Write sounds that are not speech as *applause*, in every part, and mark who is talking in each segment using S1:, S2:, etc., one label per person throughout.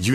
S1: You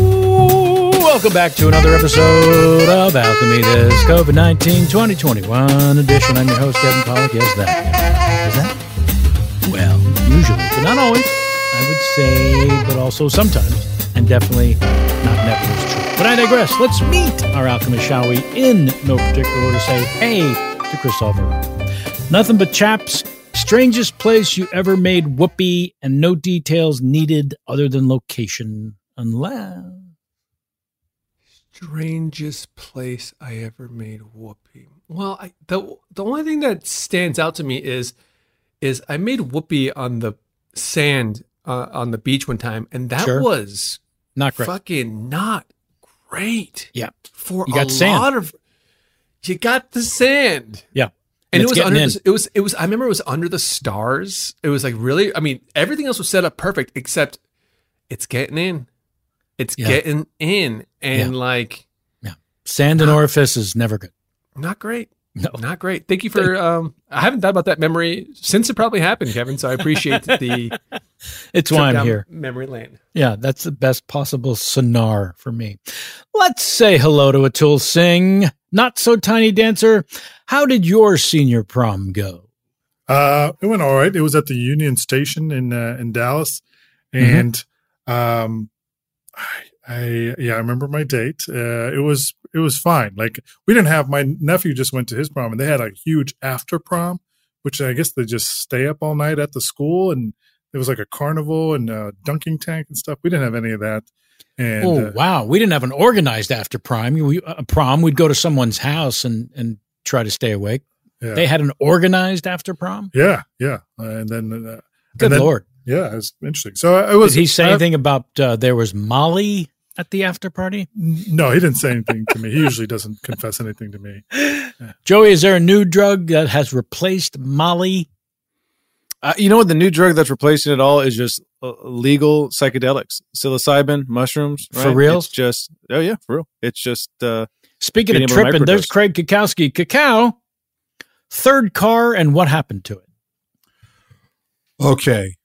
S2: Welcome back to another episode of Alchemy This COVID 19 2021 edition. I'm your host, Kevin Pollock. Yes, that. Is that? Well, usually, but not always, I would say, but also sometimes, and definitely not never is true. But I digress. Let's meet our alchemist, shall we, in no particular order, say hey to Christopher. Nothing but chaps. Strangest place you ever made whoopee, and no details needed other than location, unless.
S3: Strangest place I ever made whoopee. Well, I, the the only thing that stands out to me is is I made whoopee on the sand uh, on the beach one time, and that
S2: Sure.
S3: was
S2: Not great.
S3: fucking not great.
S2: Yeah.
S3: For
S2: You got
S3: a
S2: sand.
S3: lot of you got the sand.
S2: Yeah.
S3: And, it
S2: it's
S3: was
S2: getting
S3: under
S2: in.
S3: the, it was it was I remember it was under the stars. It was like really I mean everything else was set up perfect except it's getting in. It's
S2: Yeah.
S3: getting in and like
S2: Sand and orifice is never good.
S3: not great.
S2: No.
S3: Not great. Thank you for um I haven't thought about that memory since it probably happened, Kevin, so I appreciate the
S2: *laughs* It's
S3: trip
S2: why I'm
S3: down
S2: here.
S3: memory lane.
S2: Yeah, that's the best possible sonar for me. Let's say hello to Atul Singh, not so tiny dancer. How did your senior prom go?
S4: Uh, it went all right. It was at the Union Station in uh, in Dallas,
S2: Mm-hmm.
S4: and um, I, I yeah, I remember my date. Uh, it was it was fine. Like we didn't have my nephew just went to his prom, and they had a huge after prom, which I guess they just stay up all night at the school, and there was like a carnival and a dunking tank and stuff. We didn't have any of that. And
S2: oh
S4: uh,
S2: wow, we didn't have an uh, organized after prime. We, a prom, we'd go to someone's house and and try to stay awake.
S4: Yeah.
S2: They had an organized after prom.
S4: yeah, yeah. And then, uh,
S2: Good
S4: and then-
S2: lord!
S4: yeah, it's interesting. So uh, it was.
S2: Did he say
S4: I-
S2: anything about uh, there was Molly at the after party?
S4: No, he didn't say anything to me. He usually doesn't confess anything to me.
S2: Joey, is there a new drug that has replaced Molly?
S5: Uh, you know what? The new drug that's replacing it all is just uh, legal psychedelics, psilocybin, mushrooms.
S2: For reals?
S5: It's just oh yeah, for real. It's just uh,
S2: Speaking
S5: Being
S2: of
S5: able to
S2: tripping, there's
S5: microdose.
S2: Craig Kakowski. Kakao, third car, and what happened to it?
S6: Okay.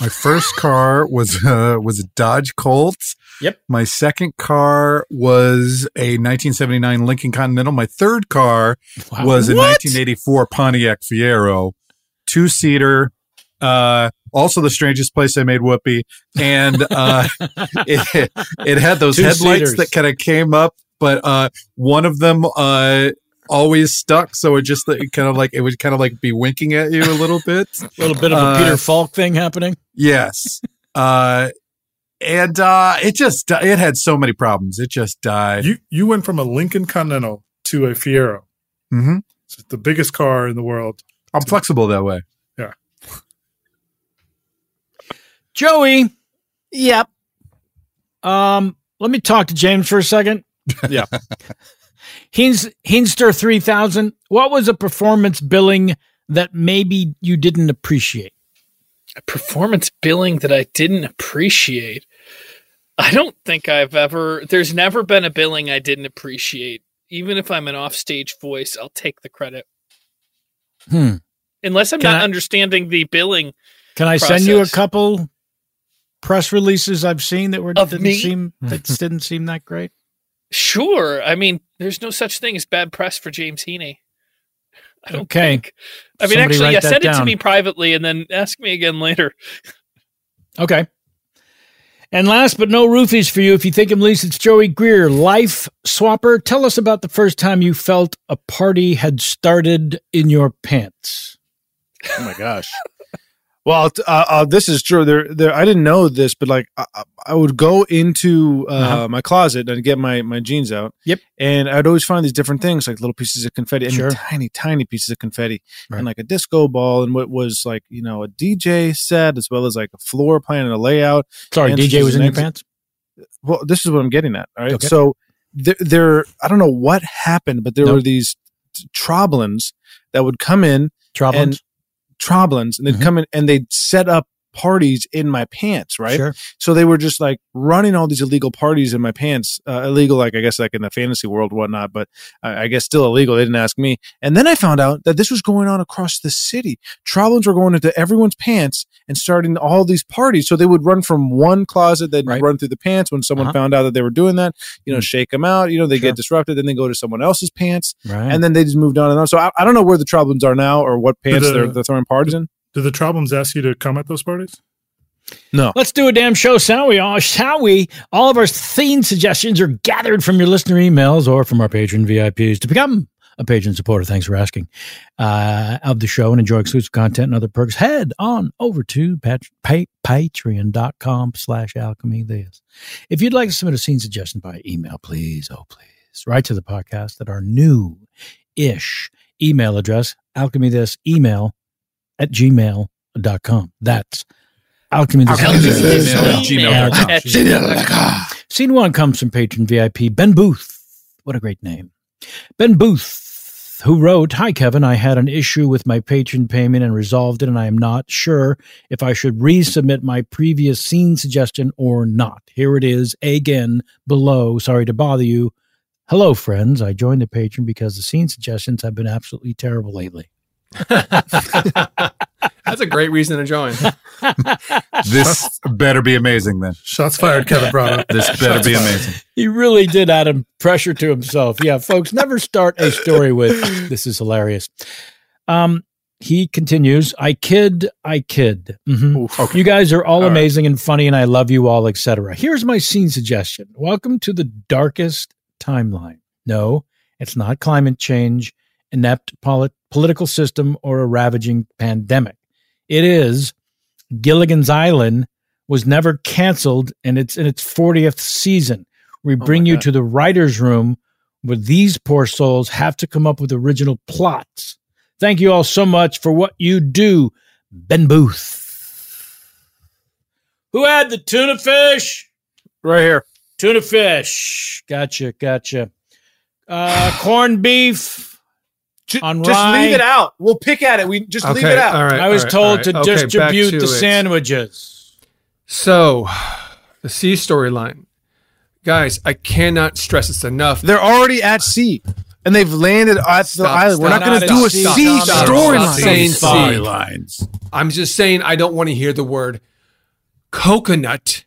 S6: My first car was *laughs* uh, was a Dodge Colt.
S2: Yep.
S6: My second car was a 1979 Lincoln Continental. My third car
S2: Wow.
S6: was a
S2: What?
S6: 1984 Pontiac Fiero, two seater. Uh, also, the strangest place I made whoopee, and uh, *laughs* it, it had those
S2: Two
S6: headlights
S2: seaters.
S6: that kind of came up, but uh, one of them uh, always stuck, so it just like, kind of like it would kind of like be winking at you a little bit.
S2: *laughs* A little bit of a
S6: Uh,
S2: Peter Falk thing happening.
S6: Yes. Uh, and uh, it just di- it had so many problems. It just died.
S4: You you went from a Lincoln Continental to a Fiero.
S6: hmm
S4: It's the biggest car in the world.
S6: I'm flexible that
S2: *laughs*
S6: way.
S2: Joey. Yep. Um, let me talk to James for a second.
S5: Yeah.
S2: Heinz Heinster 3000. What was a performance billing that maybe you didn't appreciate?
S7: A performance billing that I didn't appreciate. I don't think I've ever. There's never been a billing I didn't appreciate. Even if I'm an offstage voice, I'll take the credit.
S2: Hmm.
S7: Unless I'm
S2: Can
S7: not
S2: I-
S7: understanding the billing
S2: Can I send you a
S7: Process.
S2: couple press releases I've seen that were
S7: Of
S2: didn't
S7: me?
S2: seem that didn't seem that great?
S7: Sure. I mean, there's no such thing as bad press for James Heaney. I don't
S2: Okay.
S7: think. I mean,
S2: Somebody
S7: actually,
S2: write
S7: yeah,
S2: that
S7: send it to
S2: down.
S7: me privately and then ask me again later.
S2: Okay. And last but no roofies for you, if you think him least, it's Joey Greer, Life Swapper. Tell us about the first time you felt a party had started in your pants.
S5: oh my gosh. Well, t- uh, uh, this is true. There, there. I didn't know this, but like, I, I- I would go into uh,
S2: Uh-huh.
S5: my closet and get my my jeans out.
S2: Yep.
S5: And I'd always find these different things, like little pieces of confetti, I mean,
S2: Sure.
S5: tiny, tiny pieces of confetti,
S2: Right.
S5: and like a disco ball, and what was like, you know, a DJ set as well as like a floor plan and a layout.
S2: Sorry,
S5: And
S2: DJ
S5: she's
S2: was in
S5: an
S2: your
S5: exit.
S2: pants?
S5: well, this is what I'm getting at. All right.
S2: Okay.
S5: So there, there, I don't know what happened, but there
S2: No.
S5: were these t- troblins that would come in,
S2: Troublins?
S5: troblins, and they'd
S2: Mhm.
S5: come in and they'd set up parties in my pants, right?
S2: Sure.
S5: So they were just like running all these illegal parties in my pants, uh, illegal, like I guess, like in the fantasy world, and whatnot, but I, I guess still illegal. They didn't ask me. And then I found out that this was going on across the city. Troblins were going into everyone's pants and starting all these parties. So they would run from one closet, they'd
S2: Right.
S5: run through the pants. When someone
S2: Uh-huh. Hmm.
S5: found out that they were doing that, you know, shake them out, you know, they
S2: Sure.
S5: get disrupted, then they go to someone else's pants.
S2: Right.
S5: And then they just moved on and on. So I, I don't know where the Troblins are now or what pants
S4: the-
S5: they're, they're throwing parties in.
S4: Did the Trobums ask you to come at those parties?
S5: No.
S2: Let's do a damn show, shall we? All, shall we? All of our theme suggestions are gathered from your listener emails or from our patron VIPs. To become a patron supporter, thanks for asking, uh, of the show and enjoy exclusive content and other perks, head on over to pat- pa- patreon.com slash alchemy this. If you'd like to submit a scene suggestion by email, please, oh, please, write to the podcast at our new-ish email address, alchemythisemail at gmail.com. That's alchemy this
S6: Alchemy this
S2: email
S6: email
S2: at
S6: at gmail.com.
S2: gmail.com. Scene one comes from patron VIP Ben Booth. What a great name. Ben Booth, who wrote Hi, Kevin. I had an issue with my patron payment and resolved it, and I am not sure if I should resubmit my previous scene suggestion or not. Here it is again below. Sorry to bother you. Hello, friends. I joined the patron because the scene suggestions have been absolutely terrible lately.
S3: That's a great reason to
S2: *laughs*
S3: join.
S6: This better be amazing then.
S4: Shots fired, Kevin Bravo.
S6: This better be amazing.
S2: He really did add him pressure to himself. Yeah, folks, never start a story with this is hilarious. Um, he continues, I kid, I kid. Mhm. You guys are all,
S5: All right.
S2: amazing and funny, and I love you all, etc. Here's my scene suggestion. Welcome to the darkest timeline. No, it's not climate change, inept polit- political system, or a ravaging pandemic. It is Gilligan's Island was never canceled, and it's in its 40th season.
S8: Oh
S2: We
S5: my
S2: bring you
S5: God.
S2: to the writer's room where these poor souls have to come up with original plots Thank you all so much for what you do, Ben Booth. Who had the tuna fish?
S8: Right here.
S2: Tuna fish. Gotcha, gotcha. Uh, corned beef on
S8: Just
S2: rye.
S8: leave it out. We'll pick at it. We just leave
S3: Okay,
S8: it out.
S3: all right,
S2: I was
S3: all right, all
S2: told
S3: right.
S2: to
S3: Okay, back
S2: distribute
S3: to
S2: the
S3: it.
S2: sandwiches.
S3: So, the sea storyline. Guys, I cannot stress this enough.
S8: They're already at sea, and they've landed at the island. We're not going to do a sea
S3: Saying
S8: storyline.
S3: sea. I'm just saying I don't want to hear the word coconut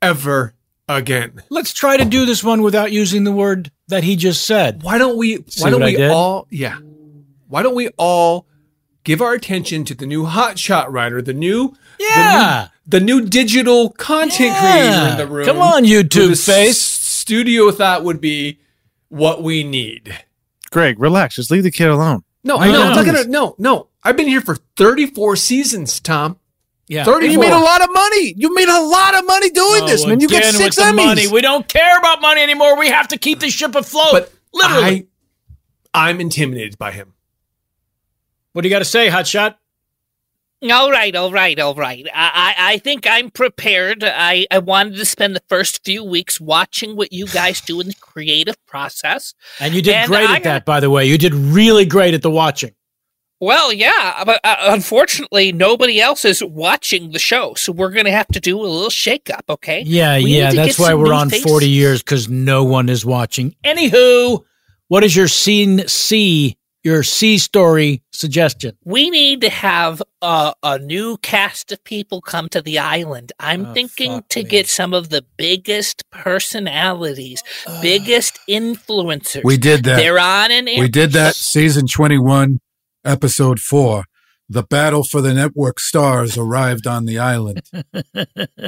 S3: ever again.
S2: Let's try to do this one without using the word that he just said.
S3: Why don't we?
S2: See
S3: why don't
S2: what I
S3: we
S2: did?
S3: all? Yeah. Why don't we all give our attention to the new hot shot writer, the new
S2: Yeah.
S3: the new, the new digital content creator in
S2: Yeah.
S3: the room?
S2: Come on, YouTube
S3: who the s-
S2: face.
S3: studio thought would be what we need.
S8: Greg, relax. Just leave the kid alone.
S3: No,
S8: Why
S3: I know.
S8: not?
S3: I'm not gonna. No, no. I've been here for 34 seasons, Tom.
S2: Yeah.
S3: 34.
S8: And you made a lot of money. You made a lot of money doing this,
S2: Oh,
S8: man. You get
S2: again
S8: six
S2: with the
S8: Emmys.
S2: money. We don't care about money anymore. We have to keep the ship afloat.
S3: But
S2: literally.
S3: I, I'm intimidated by him.
S2: what do you got to say, Hotshot?
S9: All right, all right, all right. I, I, I think I'm prepared. I, I wanted to spend the first few weeks watching what you guys do in the creative process.
S2: And you did
S9: And
S2: great
S9: I
S2: at that, by the way. You did really great at the watching.
S9: Well, yeah, but uh, unfortunately, nobody else is watching the show, so we're going to have to do a little shakeup, okay?
S2: Yeah,
S9: We need
S2: yeah.
S9: to
S2: That's
S9: get
S2: why
S9: some
S2: we're
S9: new
S2: on
S9: faces.
S2: 40 years because no one is watching. Anywho, what is your scene C, your C story suggestion?
S9: We need to have a, a new cast of people come to the island. I'm
S2: Oh,
S9: thinking
S2: fuck
S9: to
S2: me.
S9: get some of the biggest personalities, biggest influencers.
S6: We did that.
S9: They're on an *laughs*
S6: We did that season 21, episode four. The battle for the network stars arrived on
S9: *laughs*
S6: the island.
S9: Uh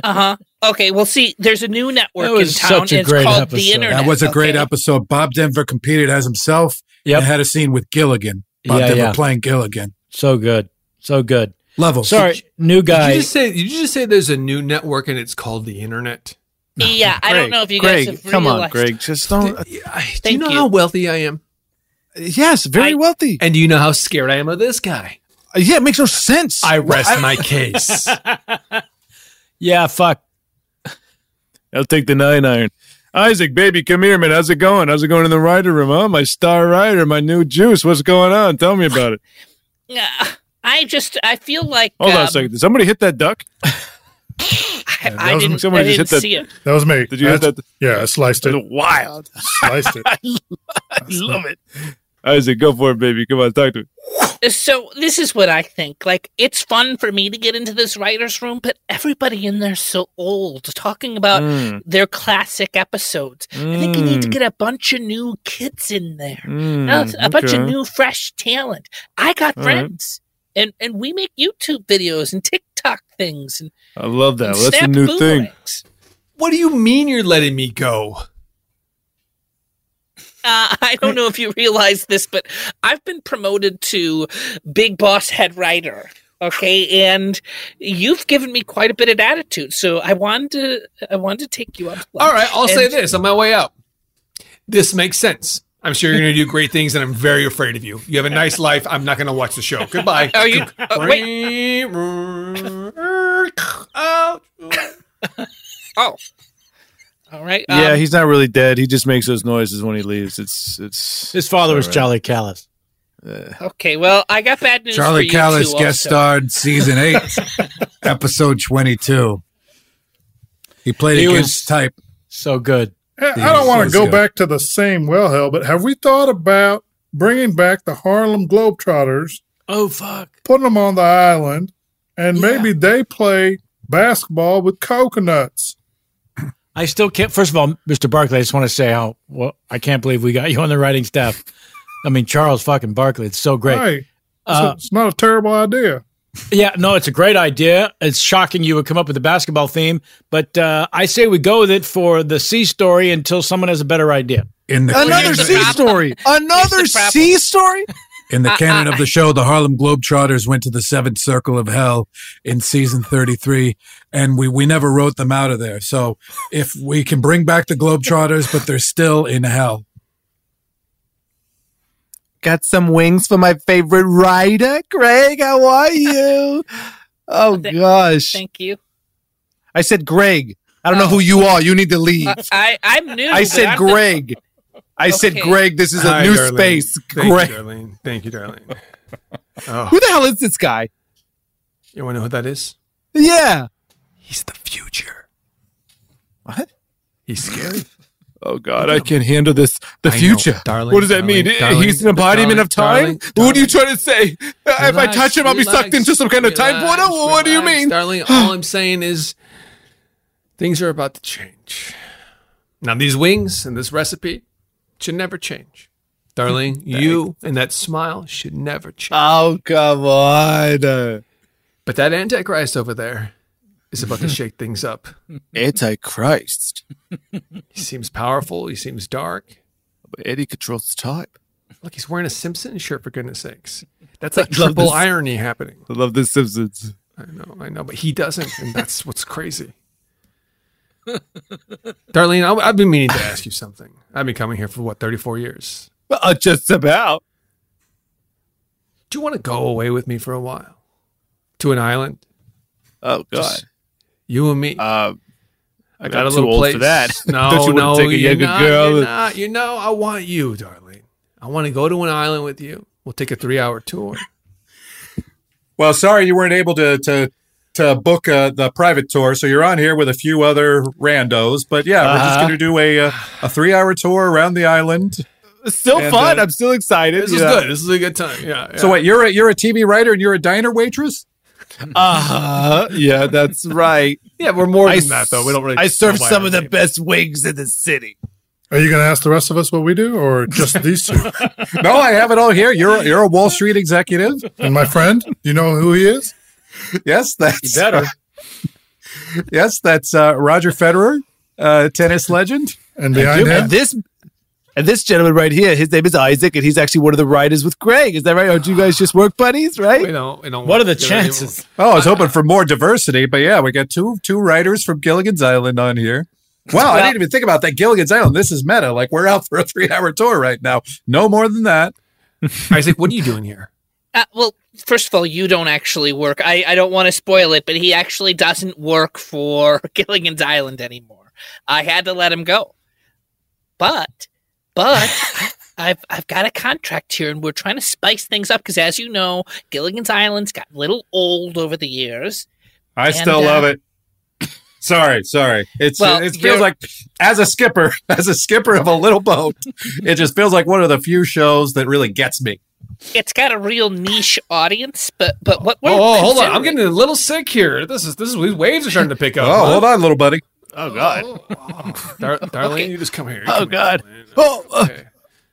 S9: huh. Okay. Well, see, there's a new network
S2: That
S9: in town.
S2: was such a
S9: and it's
S2: great
S9: called
S2: episode.
S9: the
S2: That
S9: internet.
S6: That was a great
S9: okay?
S6: episode. Bob Denver competed as himself
S2: Yep.
S6: and had a scene with Gilligan. Bob
S2: Yeah,
S6: Denver
S2: yeah.
S6: playing Gilligan.
S2: So good. So good.
S6: Level.
S2: Sorry, new
S3: Did you
S2: guy.
S3: just say? Did you just say there's a new network and it's called the internet?
S9: Yeah, I don't know if you guys
S8: Greg,
S9: have
S8: come on,
S9: realized-
S8: Greg. Just don't. uh,
S3: I, do you
S9: Thank
S3: know
S9: you.
S3: how wealthy I am?
S8: yes, very
S9: I-
S8: wealthy.
S3: And do you know how scared I am of this guy?
S8: Uh, yeah, it makes no sense.
S3: I
S8: *laughs*
S3: rest my case.
S2: yeah, fuck.
S8: I'll take the nine iron. Isaac, baby, come here, man. How's it going? How's it going in the writer room? Oh, my star writer, my new juice. What's going on? Tell
S9: *laughs*
S8: me about it.
S9: Uh, *laughs* I just I feel like
S8: Hold on
S9: um,
S8: a second. Did somebody hit that duck?
S9: I,
S8: that
S9: I
S8: was-
S9: didn't, I
S8: somebody
S9: didn't
S8: just hit that-
S9: see it.
S4: That was me.
S8: Did you hit
S4: That's-
S8: that?
S4: Yeah, I sliced it.
S8: Wild. *laughs*
S4: Sliced it.
S8: I love it. Isaac, go for it, baby. Come on, talk to me.
S9: So this is what I think. Like it's fun for me to get into this writers' room, but everybody in there's so old, talking about
S8: Mm.
S9: their classic episodes. I think you need to
S8: Mm.
S9: get a bunch of new kids in there.
S2: Hmm,
S9: Alex, a bunch of new fresh talent. I got
S8: Hmm, All right.
S9: friends. And and we make YouTube videos and TikTok things and,
S8: I love that.
S9: and
S8: That's the
S9: snap
S8: new thing.
S9: boomerangs.
S3: what do you mean you're letting me go?
S9: Uh, I don't know if you realize this, but I've been promoted to big boss head writer. Okay, and you've given me quite a bit of attitude, so I wanted to I wanted to take you up.
S3: All right, I'll say
S9: And-
S3: this on my way out. This makes sense. I'm sure you're going to do great things, and I'm very afraid of you. You have a nice life. I'm not going to watch the show. Goodbye.
S9: *laughs* Are you? uh, wait. Oh. All right. um,
S8: yeah, he's not really dead. He just makes those noises when he leaves. It's it's
S2: His father was
S8: All right. *laughs*
S2: Charlie Callis. Uh.
S9: Okay, well, I got bad news.
S6: Charlie
S9: for
S6: Callis
S9: you too
S6: guest
S9: also.
S6: starred season eight, *laughs*
S9: *laughs*
S6: episode 22. He played
S2: He
S6: against
S2: was-
S6: type.
S2: So good.
S4: Hey,
S6: Yeah,
S4: I don't want
S6: so
S4: to go
S6: good.
S4: back to the same wellhead, but have we thought about bringing back the Harlem Globetrotters,
S2: Oh, fuck.
S4: putting them on the island, and maybe they play basketball with coconuts?
S2: I still can't. First of all, Mr. Barkley, I just want to say how well I can't believe we got you on the writing staff. I mean, Charles fucking Barkley. It's so great.
S4: Hey, it's,
S2: Uh,
S4: it's not a terrible idea.
S2: Yeah, no, it's a great idea. It's shocking you would come up with a basketball theme, but uh, I say we go with it for the C story until someone has a better idea.
S6: In the
S8: another
S9: here's the
S8: sea
S9: problem.
S8: story. Another
S9: Here's the problem.
S8: sea story.
S6: In the canon of the show, the Harlem Globetrotters went to the seventh circle of hell in season 33, and we, we never wrote them out of there. So if we can bring back the Globetrotters, but they're still in hell.
S5: Got some wings for my favorite rider, Greg. How are
S3: *laughs*
S5: you? Oh
S7: Th-
S5: gosh,
S7: Thank you.
S5: I said Greg. I don't know who you are. You need to leave.
S3: Uh, *laughs*
S7: I, I, I'm new.
S5: I
S7: but
S5: said
S7: I'm the-
S5: Greg. I said
S7: Okay.
S5: Greg. This is a
S3: Hi,
S5: new
S3: Darlene.
S5: space.
S3: Thank
S5: Greg.
S3: you, Darlene. Thank you, Darlene. Oh,
S5: Who the hell is this guy?
S3: you want to know who that is?
S5: Yeah.
S3: He's the future.
S5: What?
S3: He's scary.
S5: *laughs* Oh God, I can't handle this. The
S3: I know,
S5: future.
S3: darling,
S5: what does that
S3: darling,
S5: mean? I-
S3: darling,
S5: He's an embodiment of time.
S3: darling,
S5: what are you trying to say? Uh if I
S3: Relax,
S5: touch him, I'll be
S3: relax,
S5: sucked into some kind of time
S3: relax,
S5: portal. What do you
S3: relax,
S5: mean? *gasps*
S3: Darling, all I'm saying is things are about to change. Now, these wings and this recipe should never change.
S5: *laughs*
S3: Darling, you and that smile should never change.
S5: Oh come on. Uh,
S3: But that Antichrist over there is about to shake things up.
S5: *laughs* Antichrist.
S3: He seems powerful. He seems dark.
S5: But Eddie controls time.
S3: Look, he's wearing a Simpson shirt, for goodness sakes. That's like
S5: I love
S3: triple
S5: this.
S3: irony happening.
S5: I love the Simpsons.
S3: I know, I know, but he doesn't. And that's *laughs* what's crazy. Darlene, I, I've been meaning to ask you something. I've been coming here for what, 34 years?
S5: Uh, just about.
S3: Do you want to go away with me for a while? To an island?
S5: Oh God.
S3: Just you and me?
S5: um, I
S3: got a little place.
S5: *laughs*
S3: No,
S5: Don't you wanna
S3: no,
S5: take a
S3: you're
S5: younger
S3: not,
S5: girl?
S3: You're not, you know, I want you, Darlene. I want to go to an island with you. We'll take a three-hour tour.
S6: Well, sorry you weren't able to to to book uh, the private tour, so you're on here with a few other randos. But yeah, we're just
S5: Uh-huh.
S6: going to do a uh, a three hour tour around the island.
S5: It's still
S6: And,
S5: fun.
S6: uh,
S5: I'm still excited.
S3: This
S5: you
S3: is
S5: know.
S3: good. This is a good time. Yeah. yeah.
S6: So wait, you're a you're a TV writer and you're a diner waitress.
S5: Uh-huh.
S6: *laughs*
S5: Yeah, that's right.
S3: yeah, we're more
S5: I
S3: than that though. We don't really.
S5: I serve
S3: go by
S5: some
S3: our
S5: of the
S3: name.
S5: best wings in the city.
S4: Are you going to ask the rest of us what we do, or
S6: *laughs*
S4: just these two?
S6: No, I have it all here. You're you're a Wall Street executive.
S4: And my friend, you know who he is?
S6: *laughs* Yes, that's *laughs* yes, that's uh, Roger Federer, uh, tennis legend.
S4: And behind
S5: And
S4: him,
S5: this and this gentleman right here, his name is Isaac, and he's actually one of the writers with Greg. Is that right? Aren't you guys just work buddies,
S3: We
S5: right?
S3: don't. We don't
S2: What are the
S3: we don't-
S2: chances?
S6: Oh, I was hoping for more diversity, but yeah, we got two two writers from Gilligan's Island on here. Wow, I didn't even think about that Gilligan's Island. This is meta. Like we're out for a three hour tour right now. No more than that.
S3: *laughs* Isaac, what are you doing here?
S7: Uh, well, first of all, you don't actually work. I, I don't want to spoil it, but he actually doesn't work for *laughs* Gilligan's Island anymore. I had to let him go. But, but I've I've got a contract here, and we're trying to spice things up because, as you know, Gilligan's Island's got a little old over the years.
S6: I
S7: And,
S6: still
S7: uh,
S6: love it. *coughs* Sorry, sorry. It's
S7: Well,
S6: it feels
S7: you're-
S6: like as a skipper, *laughs* as a skipper of a little boat, it just feels like one of the few shows that really gets me.
S7: It's got a real niche audience, but but what? We're
S3: oh, hold on. I'm
S7: considering-
S3: getting a little sick here. This is this is these waves are starting to pick up.
S6: Oh, hold on, little buddy.
S5: Oh God.
S3: *laughs* Dar- Darlene, you just come here. You
S5: Oh,
S3: come here,
S5: God.
S3: Darlene.
S5: Oh, uh,
S3: Okay.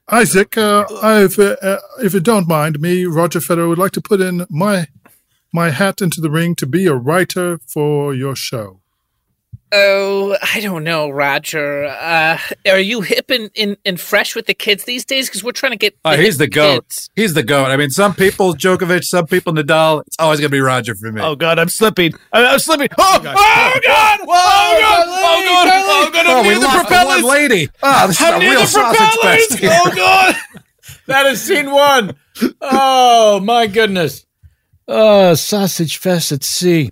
S4: Isaac. Uh, if uh, if you don't mind me, Roger Federer would like to put in my my hat into the ring to be a writer for your show.
S7: Oh, I don't know, Roger. Uh, are you hip and, and, and fresh with the kids these days? Because we're trying to get.
S6: Oh,
S7: the
S6: he's
S7: hip
S6: the goat.
S7: kids.
S6: He's the goat. I mean, some people Djokovic, some people Nadal. It's always gonna be Roger for me.
S5: oh God, I'm slipping. I- I'm slipping. Oh, oh God! Oh God! Oh God! Oh God!
S6: Oh,
S5: I'm
S6: we
S5: near the
S6: lost the one
S5: propellers. Ah,
S6: lady. Oh, this is
S5: I'm
S6: a
S5: near
S6: real
S5: the
S6: *laughs* sausage fest.
S5: propellers. Oh God!
S2: *laughs* That is scene one. Oh my goodness. Uh, sausage fest at sea.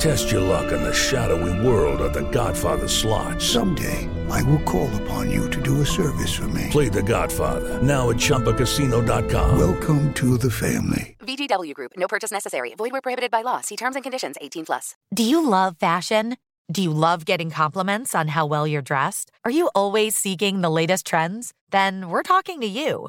S9: Test your luck in the shadowy world of The Godfather slot.
S10: Someday. I will call upon you to do a service for me.
S9: Play the Godfather. Now at Chumpacasino.com.
S10: Welcome to the family.
S11: VGW Group. No purchase necessary. Void where prohibited by law. See terms and conditions. 18 plus.
S12: Do you love fashion? Do you love getting compliments on how well you're dressed? Are you always seeking the latest trends? Then we're talking to you.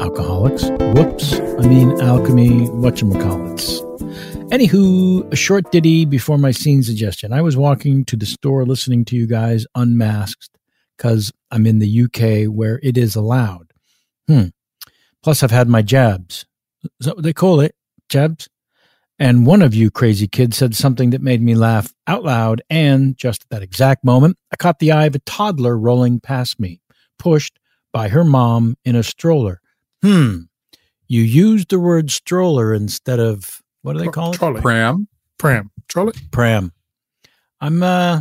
S2: alcoholics. Whoops. I mean, alchemy, whatchamacallits. Anywho, a short ditty before my scene suggestion. I was walking to the store listening to you guys unmasked because I'm in the UK where it is allowed. Hmm. Plus, I've had my jabs. Is that what they call it? Jabs? And one of you crazy kids said something that made me laugh out loud. And just at that exact moment, I caught the eye of a toddler rolling past me, pushed by her mom in a stroller. Hmm. You used the word stroller instead of what do they call it?
S4: Trolley. Pram. Pram. Trolley.
S2: Pram. I'm uh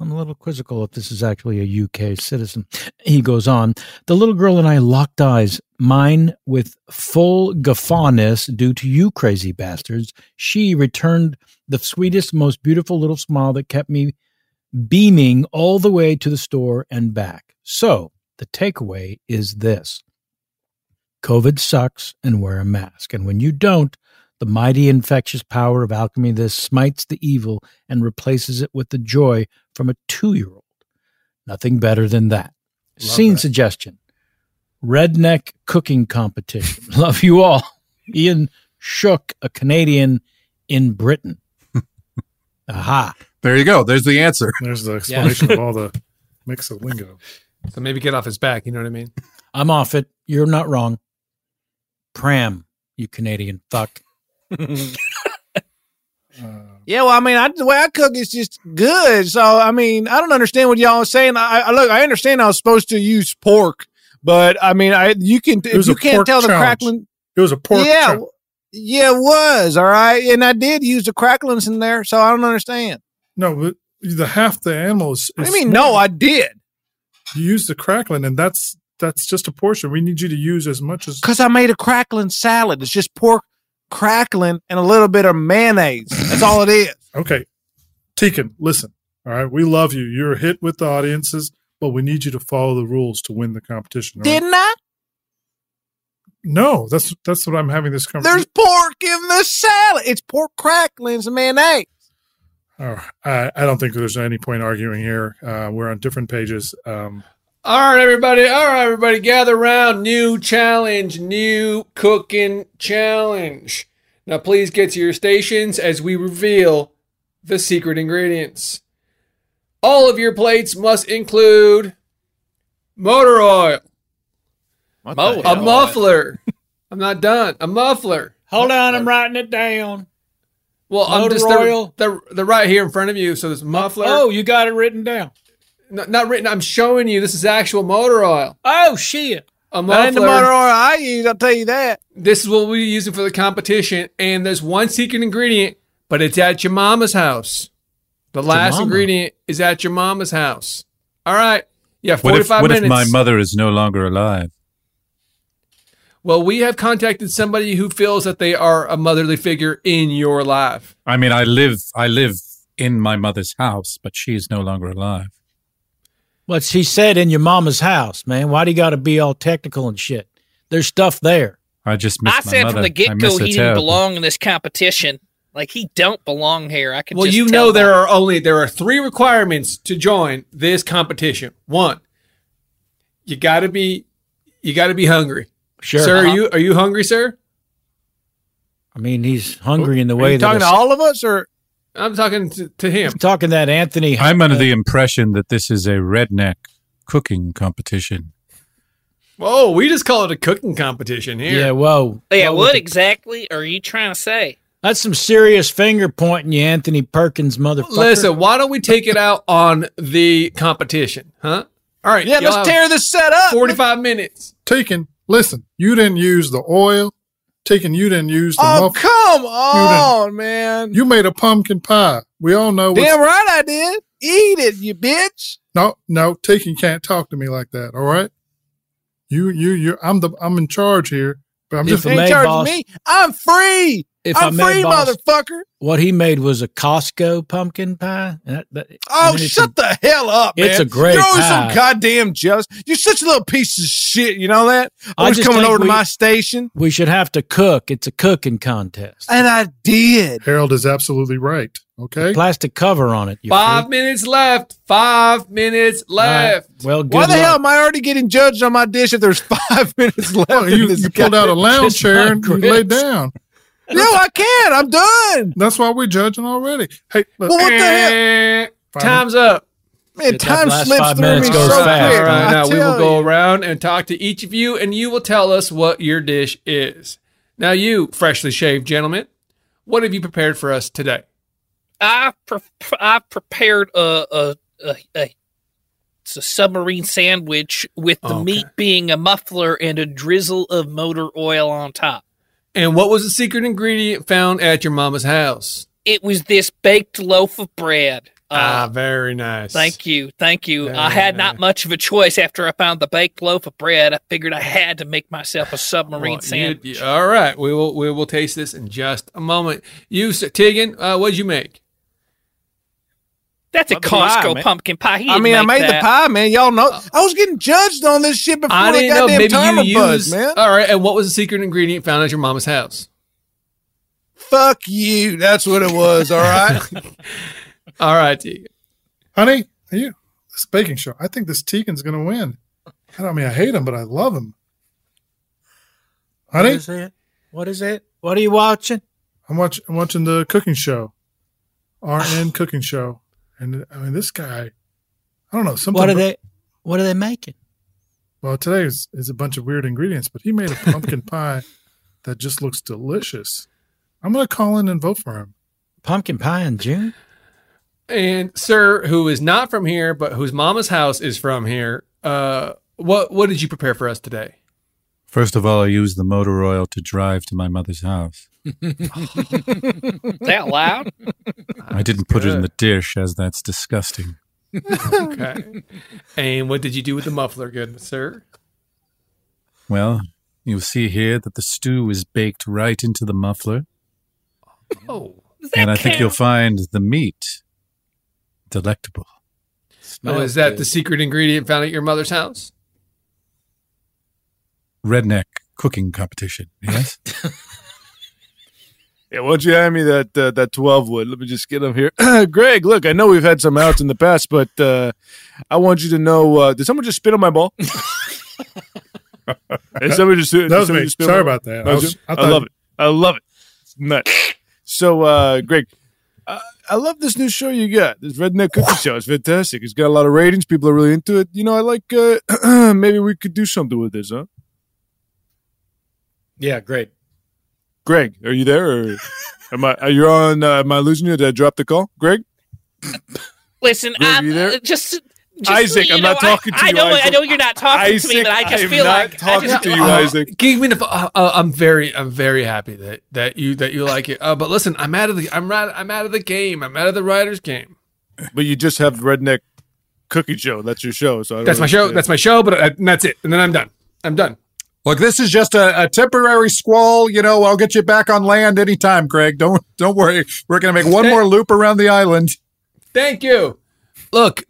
S2: I'm a little quizzical if this is actually a UK citizen. He goes on. The little girl and I locked eyes, mine with full guffawness due to you crazy bastards. She returned the sweetest, most beautiful little smile that kept me beaming all the way to the store and back. So the takeaway is this. COVID sucks and wear a mask. And when you don't, the mighty infectious power of alchemy this smites the evil and replaces it with the joy from a two year old. Nothing better than that. Love Scene that. suggestion Redneck cooking competition. *laughs* Love you all. Ian Shook, a Canadian in Britain. Aha.
S6: There you go. There's the answer.
S4: There's the
S7: *laughs*
S4: explanation of all the mix of lingo.
S3: So maybe get off his back. You know what I mean?
S2: I'm off it. You're not wrong. Pram, you Canadian fuck.
S5: *laughs* yeah, well, I mean, I, the way I cook is just good. So, I mean, I don't understand what y'all are saying. I, I look, I understand I was supposed to use pork, but I mean, I you can if you can't tell challenge. the crackling.
S4: It was a pork.
S5: Yeah, challenge. yeah, it was all right, and I did use the cracklings in there, so I don't understand.
S4: No, but the half the animals.
S5: I mean, no, I did.
S4: You used the crackling, and that's that's just a portion. We need you to use as much as
S5: because I made a crackling salad. It's just pork crackling and a little bit of mayonnaise. That's all it is.
S4: Okay. Tekin, listen. All right. We love you. You're a hit with the audiences, but we need you to follow the rules to win the competition.
S5: Right? Didn't I?
S4: No, that's that's what I'm having this conversation.
S5: There's pork in the salad. It's pork cracklings and mayonnaise.
S4: Oh, I, I don't think there's any point arguing here. Uh, we're on different pages. Um,
S3: all right, everybody. All right, everybody. Gather round. New challenge. New cooking challenge. Now, please get to your stations as we reveal the secret ingredients. All of your plates must include motor oil, mo- a muffler. I'm not done. A muffler,
S5: Hold on, I'm writing it down.
S3: Well, Oh, I'm
S5: Motor
S3: just they're,
S5: oil.
S3: they're, they're right here in front of you. So there's muffler.
S5: Oh, you got it written down.
S3: No, not written. I'm showing you. This is actual motor oil.
S5: Oh shit!
S3: A muffler.
S5: That ain't the motor oil
S3: I use. I'll tell you that. This is what we're using for the competition, and there's one secret ingredient, but it's at your mama's house. The last
S13: mama.
S3: ingredient is at your mama's house. All right. Yeah,
S13: What if,
S3: 45
S13: what
S3: minutes.
S13: if my mother is no longer alive?
S3: well, we have contacted somebody who feels that they are a motherly figure in your life.
S13: I mean, I live, I live in my mother's house, but she is no longer alive.
S2: What she said in your mama's house, man. Why do you got to be all technical and shit? There's stuff there.
S13: I just miss
S7: I
S13: my
S7: said
S13: mother.
S7: from the
S13: I
S7: get
S13: miss
S7: go
S13: her
S7: he didn't
S13: terribly.
S7: belong in this competition. Like he don't belong here. I can
S3: Well,
S7: just
S3: you
S7: tell
S3: know
S7: that.
S3: there are only there are three requirements to join this competition. One, you got to be you got to be hungry.
S2: Sure.
S3: Sir,
S2: Uh-huh.
S3: are you are you hungry, sir?
S2: I mean, he's hungry in the
S3: Are
S2: way
S3: you
S2: that
S3: talking
S2: a-
S3: to
S5: all of us, or
S3: I'm talking to, to him.
S2: He's talking that Anthony. uh,
S13: I'm under the impression that this is a redneck cooking competition.
S3: Whoa, oh, we just call it a cooking competition here.
S2: Yeah, whoa.
S7: Oh, Yeah, what exactly are you trying to say?
S2: That's some serious finger pointing, you Anthony Perkins motherfucker.
S3: Listen, why don't we take it out on the competition, huh? All right.
S4: Yeah, let's tear
S3: this set up. 45 minutes.
S4: Taken. Listen, you didn't use the oil. Taken. You didn't use the.
S5: Oh,
S4: muff-
S5: come
S4: on,
S5: man!
S4: You made a pumpkin pie. We all know. what's-
S5: Damn right I did. Eat it, you bitch.
S4: No, no, Taken can't talk to me like that. All right. You, you, you. I'm the. I'm in charge here. But I'm
S2: If
S4: just
S2: I may, boss-
S5: I'm free.
S2: If
S5: I'm
S2: I may,
S5: free,
S2: boss.
S5: motherfucker.
S2: What he made was a Costco pumpkin pie. And that- that- I
S5: Oh,
S2: mean, it's a-
S5: shut the hell up, man.
S2: it's a great
S5: You're always
S2: pie.
S5: so goddamn jealous. You're such a little piece of shit. You know that?
S2: I
S5: Always
S2: just
S5: coming
S2: think
S5: over to
S2: we-
S5: my station.
S2: We should have to cook. It's a cooking contest.
S5: And I did.
S4: Harold is absolutely right. Okay.
S2: Plastic cover on it. you
S3: Five minutes left. Five minutes left.
S2: Well,
S5: Why the hell am I already getting judged on my dish if there's *laughs* five minutes left? in
S4: Oh, you,
S5: this
S4: you pulled out
S5: *laughs*
S4: a
S5: goddamn
S4: lounge
S5: dish?
S4: chair and you laid down.
S5: No, I can't. I'm done.
S4: That's why we're judging already. Hey,
S5: Well,
S4: look.
S5: what the hell?
S3: Eh, Time's up.
S5: Man,
S3: Get that
S5: time
S3: last
S5: slips
S3: five
S5: through me
S3: minutes
S5: so
S3: goes fast.
S5: quick.
S3: All right,
S5: I
S3: now we
S5: tell
S3: will go
S5: you.
S3: around and talk to each of you, and you will tell us what your dish is. Now, you freshly shaved gentlemen, what have you prepared for us today?
S7: I pre- I prepared a a, a, a it's a submarine sandwich with the
S3: Okay.
S7: meat being a muffler and a drizzle of motor oil on top.
S3: And what was the secret ingredient found at your mama's house?
S7: It was this baked loaf of bread. Uh,
S3: ah, very nice.
S7: Thank you, thank you.
S3: Very
S7: I had not much of a choice after I found the baked loaf of bread. I figured I had to make myself a submarine
S3: Well, you-
S7: sandwich.
S3: you- all right, we will we will taste this in just a moment. You, s- Tegan, uh, what'd you make?
S7: That's a
S3: Pumpkin pie,
S7: Costco
S3: man.
S7: pumpkin pie. He
S5: I
S7: didn't
S5: mean, I
S7: make
S5: made the
S7: that.
S5: pie, man. Y'all know
S2: Uh,
S5: I was getting judged on this shit before
S3: I
S5: the
S3: didn't know.
S5: goddamn
S3: Maybe
S5: timer
S3: you
S5: buzzed,
S3: used.
S5: man.
S3: All right, and what was the secret ingredient found at your mama's house?
S5: Fuck you. That's what it was.
S3: *laughs*
S5: All right.
S3: All right, Tegan.
S4: Honey, are you this baking show? I think this Tegan's gonna win. I don't mean I hate him, but I love him.
S2: What
S4: Honey,
S2: is it? What is it? What are you watching?
S4: I'm watch I'm watching the cooking show, RN *sighs* cooking show, and I mean this guy. I don't know something.
S2: What are they? What are they making?
S4: Well, today is, is a bunch of weird ingredients, but he made a
S2: *laughs*
S4: pumpkin pie that just looks delicious. I'm gonna call in and vote for him.
S2: Pumpkin pie in June.
S3: And sir, who is not from here, but whose mama's house is from here, uh, what what did you prepare for us today?
S13: First of all, I used the motor oil to drive to my mother's house.
S7: that loud?
S3: Ah,
S13: I didn't put it in the dish, as that's disgusting.
S3: Okay. and what did you do with the muffler, good sir?
S13: Well, you'll see here that the stew is baked right into the muffler,
S3: Oh,
S13: and I think you'll find the meat delectable.
S3: oh, is that the secret ingredient found at your mother's house?
S13: redneck cooking competition? Yes.
S8: Yeah, why don't you hand me that uh, that twelve wood? Let me just get them here, *clears throat* Greg. Look, I know we've had some outs in the past, but uh, I want you to know. Uh, did someone just spit on my ball? Did somebody just,
S4: That
S8: did
S4: was
S8: somebody
S4: me.
S8: just spit on
S4: Sorry
S8: my-
S4: about that.
S8: I,
S4: I was-
S8: just-
S4: I
S8: I
S4: thought-
S8: love it. I love it. It's nuts. So, uh, Greg, I, I love this new show you got. This redneck cooking show. It's fantastic. It's got a lot of ratings. People are really into it. You know, I like. Uh, *clears throat* maybe we could do something with this, huh?
S2: Yeah, great.
S8: Greg, are you there? Or am I? Are you on? Uh, am I losing you? Did I drop the call, Greg?
S9: Listen, I'm uh, just. just
S8: Isaac,
S9: so you
S8: I'm
S9: know,
S8: not talking to
S9: I,
S8: you,
S9: I know, I
S8: Isaac.
S9: know you're not talking to me,
S8: Isaac,
S9: but I just
S8: I am
S9: feel
S8: not
S9: like I
S8: talking
S7: *laughs*
S9: just,
S8: to you, Isaac.
S3: Give me the. Uh, uh, I'm very, I'm very happy that that you that you like it. Uh, but listen, I'm out of the, I'm out, I'm out of the game. I'm out of the Riders game.
S8: But you just have Redneck Cookie Show. That's your show. So I don't
S3: That's my show.
S8: understand.
S3: That's my show. But uh and that's it. And then I'm done. I'm done.
S6: Look, this is just a, a temporary squall. You know, I'll get you back on land anytime, Greg. Don't don't worry. We're gonna make one more loop around the island.
S3: Thank you. Look,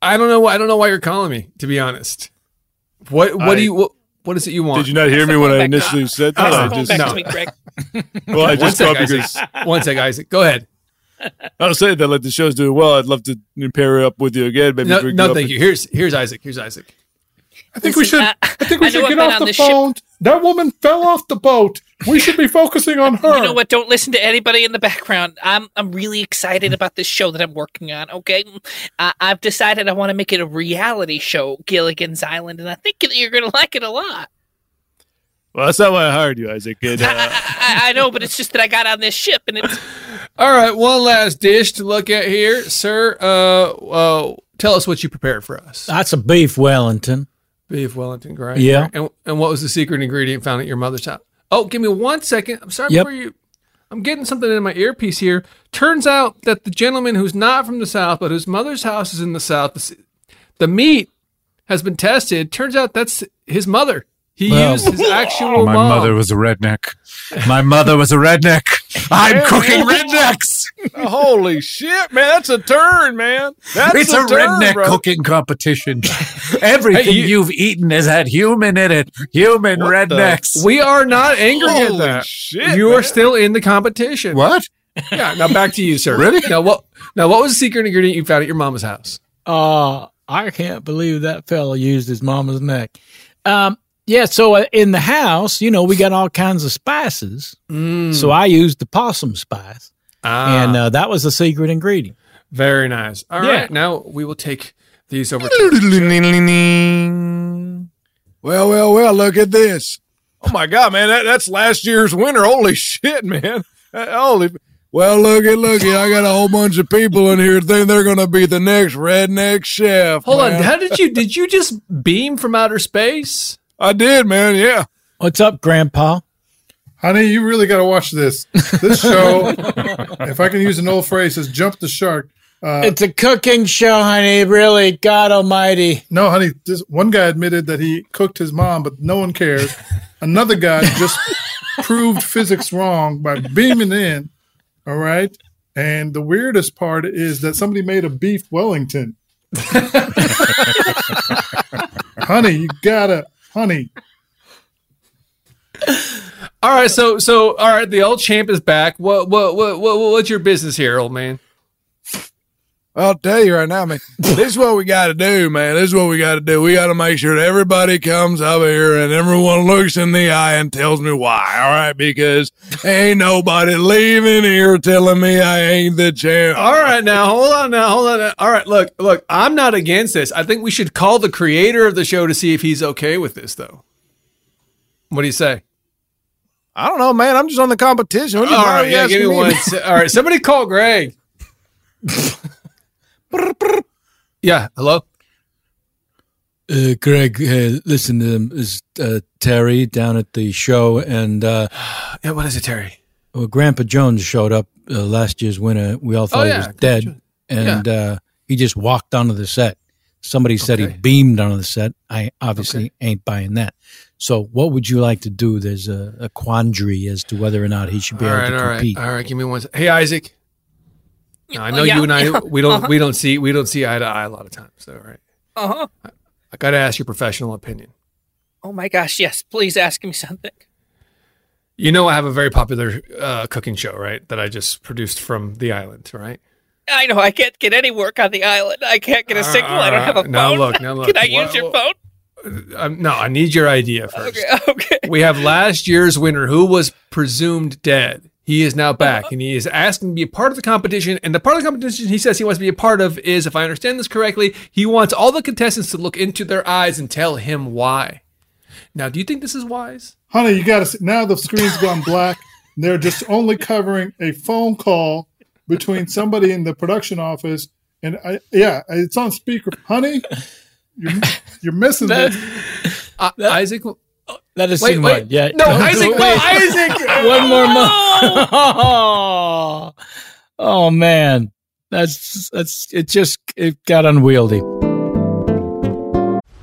S3: I don't know. why- I don't know why you're calling me. To be honest, what what do
S8: I-
S3: you what, what is it you want?
S8: Did you not hear me when I initially said that? I just- *laughs* Well, I just
S3: *laughs* one
S8: thought
S3: sec,
S8: because
S3: Isaac. one sec, Isaac.
S8: *laughs*
S3: Go ahead.
S8: I was saying that like the show's doing well. I'd love to pair up with you again. Maybe
S3: No,
S8: drink
S3: no
S8: up
S3: thank you. Here's here's Isaac. Here's Isaac.
S4: I think we should. I, think we
S9: I know
S4: should
S9: I've
S4: get
S9: been
S4: off
S9: on
S4: the
S9: this ship-
S4: phone. That woman fell off the boat. We should be focusing on
S9: *laughs*
S4: her.
S9: You know what? Don't listen to anybody in the background. I'm I'm really excited about this show that I'm working on. Okay, I, I've decided I want to make it a reality show, Gilligan's Island, and I think that you're gonna *laughs* like it a lot.
S8: Well, that's not why I hired you, Isaac.
S3: *laughs*
S8: And, uh,
S9: I, I know, but it's just that I got on this ship, and it's
S3: All right, one last dish to look at here, sir. Uh, uh tell us what you prepared for us.
S7: That's a beef Wellington.
S3: Beef Wellington grind.
S7: Yeah.
S3: And, and what was the secret ingredient found at your mother's house? Oh, give me one second. I'm sorry
S7: Yep.
S3: for you. I'm getting something in my earpiece here. Turns out that the gentleman who's not from the South, but whose mother's house is in the South, the, s- the meat has been tested. Turns out that's his mother. He
S6: Well,
S3: used his actual
S6: My
S3: mom.
S6: mother was a redneck. My mother was a redneck. I'm cooking rednecks.
S14: *laughs* Holy shit, man! That's a turn, man. That's
S6: it's a,
S14: turn,
S6: redneck
S14: bro.
S6: cooking competition. Everything
S14: Hey,
S6: you,
S14: you-
S6: have eaten has had human in it. Human rednecks.
S3: We are not angry at that. you are still in the competition.
S6: What?
S3: Yeah. Now back to you, sir.
S6: *laughs* Really?
S3: Now what? Now what was the secret ingredient you found at your mama's house?
S5: Uh, I can't believe that fella used his mama's neck. Um, yeah, so uh, in the house, you know, we got all kinds of spices. So I used the possum spice,
S3: Mm. Ah.
S5: and uh, that was the secret ingredient.
S3: Very nice. All right.
S5: Yeah.
S3: Now we will take these over.
S6: *laughs*
S14: Well, well, well, look at this. Oh my God, man, that, that's last year's winner. Holy shit, man. Uh, holy. Well, looky, looky, I got a whole bunch of people in here think they're going to be the next redneck chef.
S3: Hold on.
S14: man.
S3: How did you? Did you just beam from outer space?
S14: I *laughs* did, man, yeah.
S5: What's up, Grandpa?
S4: Honey, you really got to watch this. This show, *laughs* if I can use an old phrase, is jump the shark. Uh,
S5: it's a cooking show, honey. Really, God Almighty.
S4: No, honey. This one guy admitted that he cooked his mom, but no one cares. Another guy just proved physics wrong by beaming in. All right. And the weirdest part is that somebody made a beef Wellington. *laughs* honey, you gotta, honey.
S3: All right. So so all right. The old champ is back. What what what, what what's your business here, old man?
S14: I'll tell you right now, man. This is what we got to do, man. This is what we got to do. We got to make sure that everybody comes up here and everyone looks in the eye and tells me why. All right, because ain't nobody leaving here telling me I ain't the champ.
S3: All right, now hold on, now hold on. All right, look, look. I'm not against this. I think we should call the creator of the show to see if he's okay with this, though. What do you say?
S14: I
S8: Oh,
S14: don't know, man. I'm just on the competition. What do you-
S3: All
S14: why are
S3: right,
S14: you
S3: yeah, give
S14: asking
S3: me
S8: *laughs*
S3: *laughs* one. se- All right, somebody call Greg. yeah, hello.
S2: Uh, Greg, uh, listen, um, is uh, Terry down at the show? And uh,
S3: yeah, what is it, Terry?
S2: Well, Grandpa Jones showed up uh, last year's winner. We all thought
S3: Oh, yeah,
S2: he was dead, and uh, he just walked onto the set. Somebody said he
S3: Okay.
S2: beamed onto the set. I obviously ain't buying that. So, what would you like to do? There's a, a quandary as to whether or not he should be
S3: All
S2: able
S3: right,
S2: to
S3: all right,
S2: compete.
S3: all right. Give me one. se- Hey, Isaac. No, I know
S2: yeah,
S3: you and I.
S2: yeah,
S3: We don't.
S2: *laughs* uh-huh.
S3: We don't see. We don't see eye to eye a lot of times. So, all right.
S9: uh huh.
S3: I got to ask your professional opinion.
S9: Oh my gosh, yes! Please ask me something.
S3: You know, I have a very popular uh, cooking show, right? That I just produced from the island, right?
S9: I know I can't get any work on the island. I can't get a signal. I don't have a phone.
S3: Uh, Now
S9: *laughs*
S3: look, now look.
S9: Can I
S3: Wha-
S9: use your phone?
S3: Um, no, I need your idea first.
S9: Okay, *laughs* okay.
S3: We have last year's winner who was presumed dead. He is
S9: Uh-huh.
S3: now back and he is asking to be a part of the competition. And the part of the competition he says he wants to be a part of is, if I understand this correctly, he wants all the contestants to look into their eyes and tell him why. Now, do you think this is wise?
S4: Honey, you gotta. See, now the screen's gone black. They're just only covering a phone call between somebody in the production office and I, yeah, it's on speaker. Honey, you're, you're missing
S3: That-
S4: this.
S3: I- Isaac.
S15: uh, That
S3: is
S15: is scene one, yeah. *laughs*
S3: No,
S15: Don't do
S3: Isaac.
S15: it.
S3: No, Isaac.
S15: *laughs* One more month.
S2: *laughs*
S15: Oh, oh man, that's that's it. Just it got unwieldy.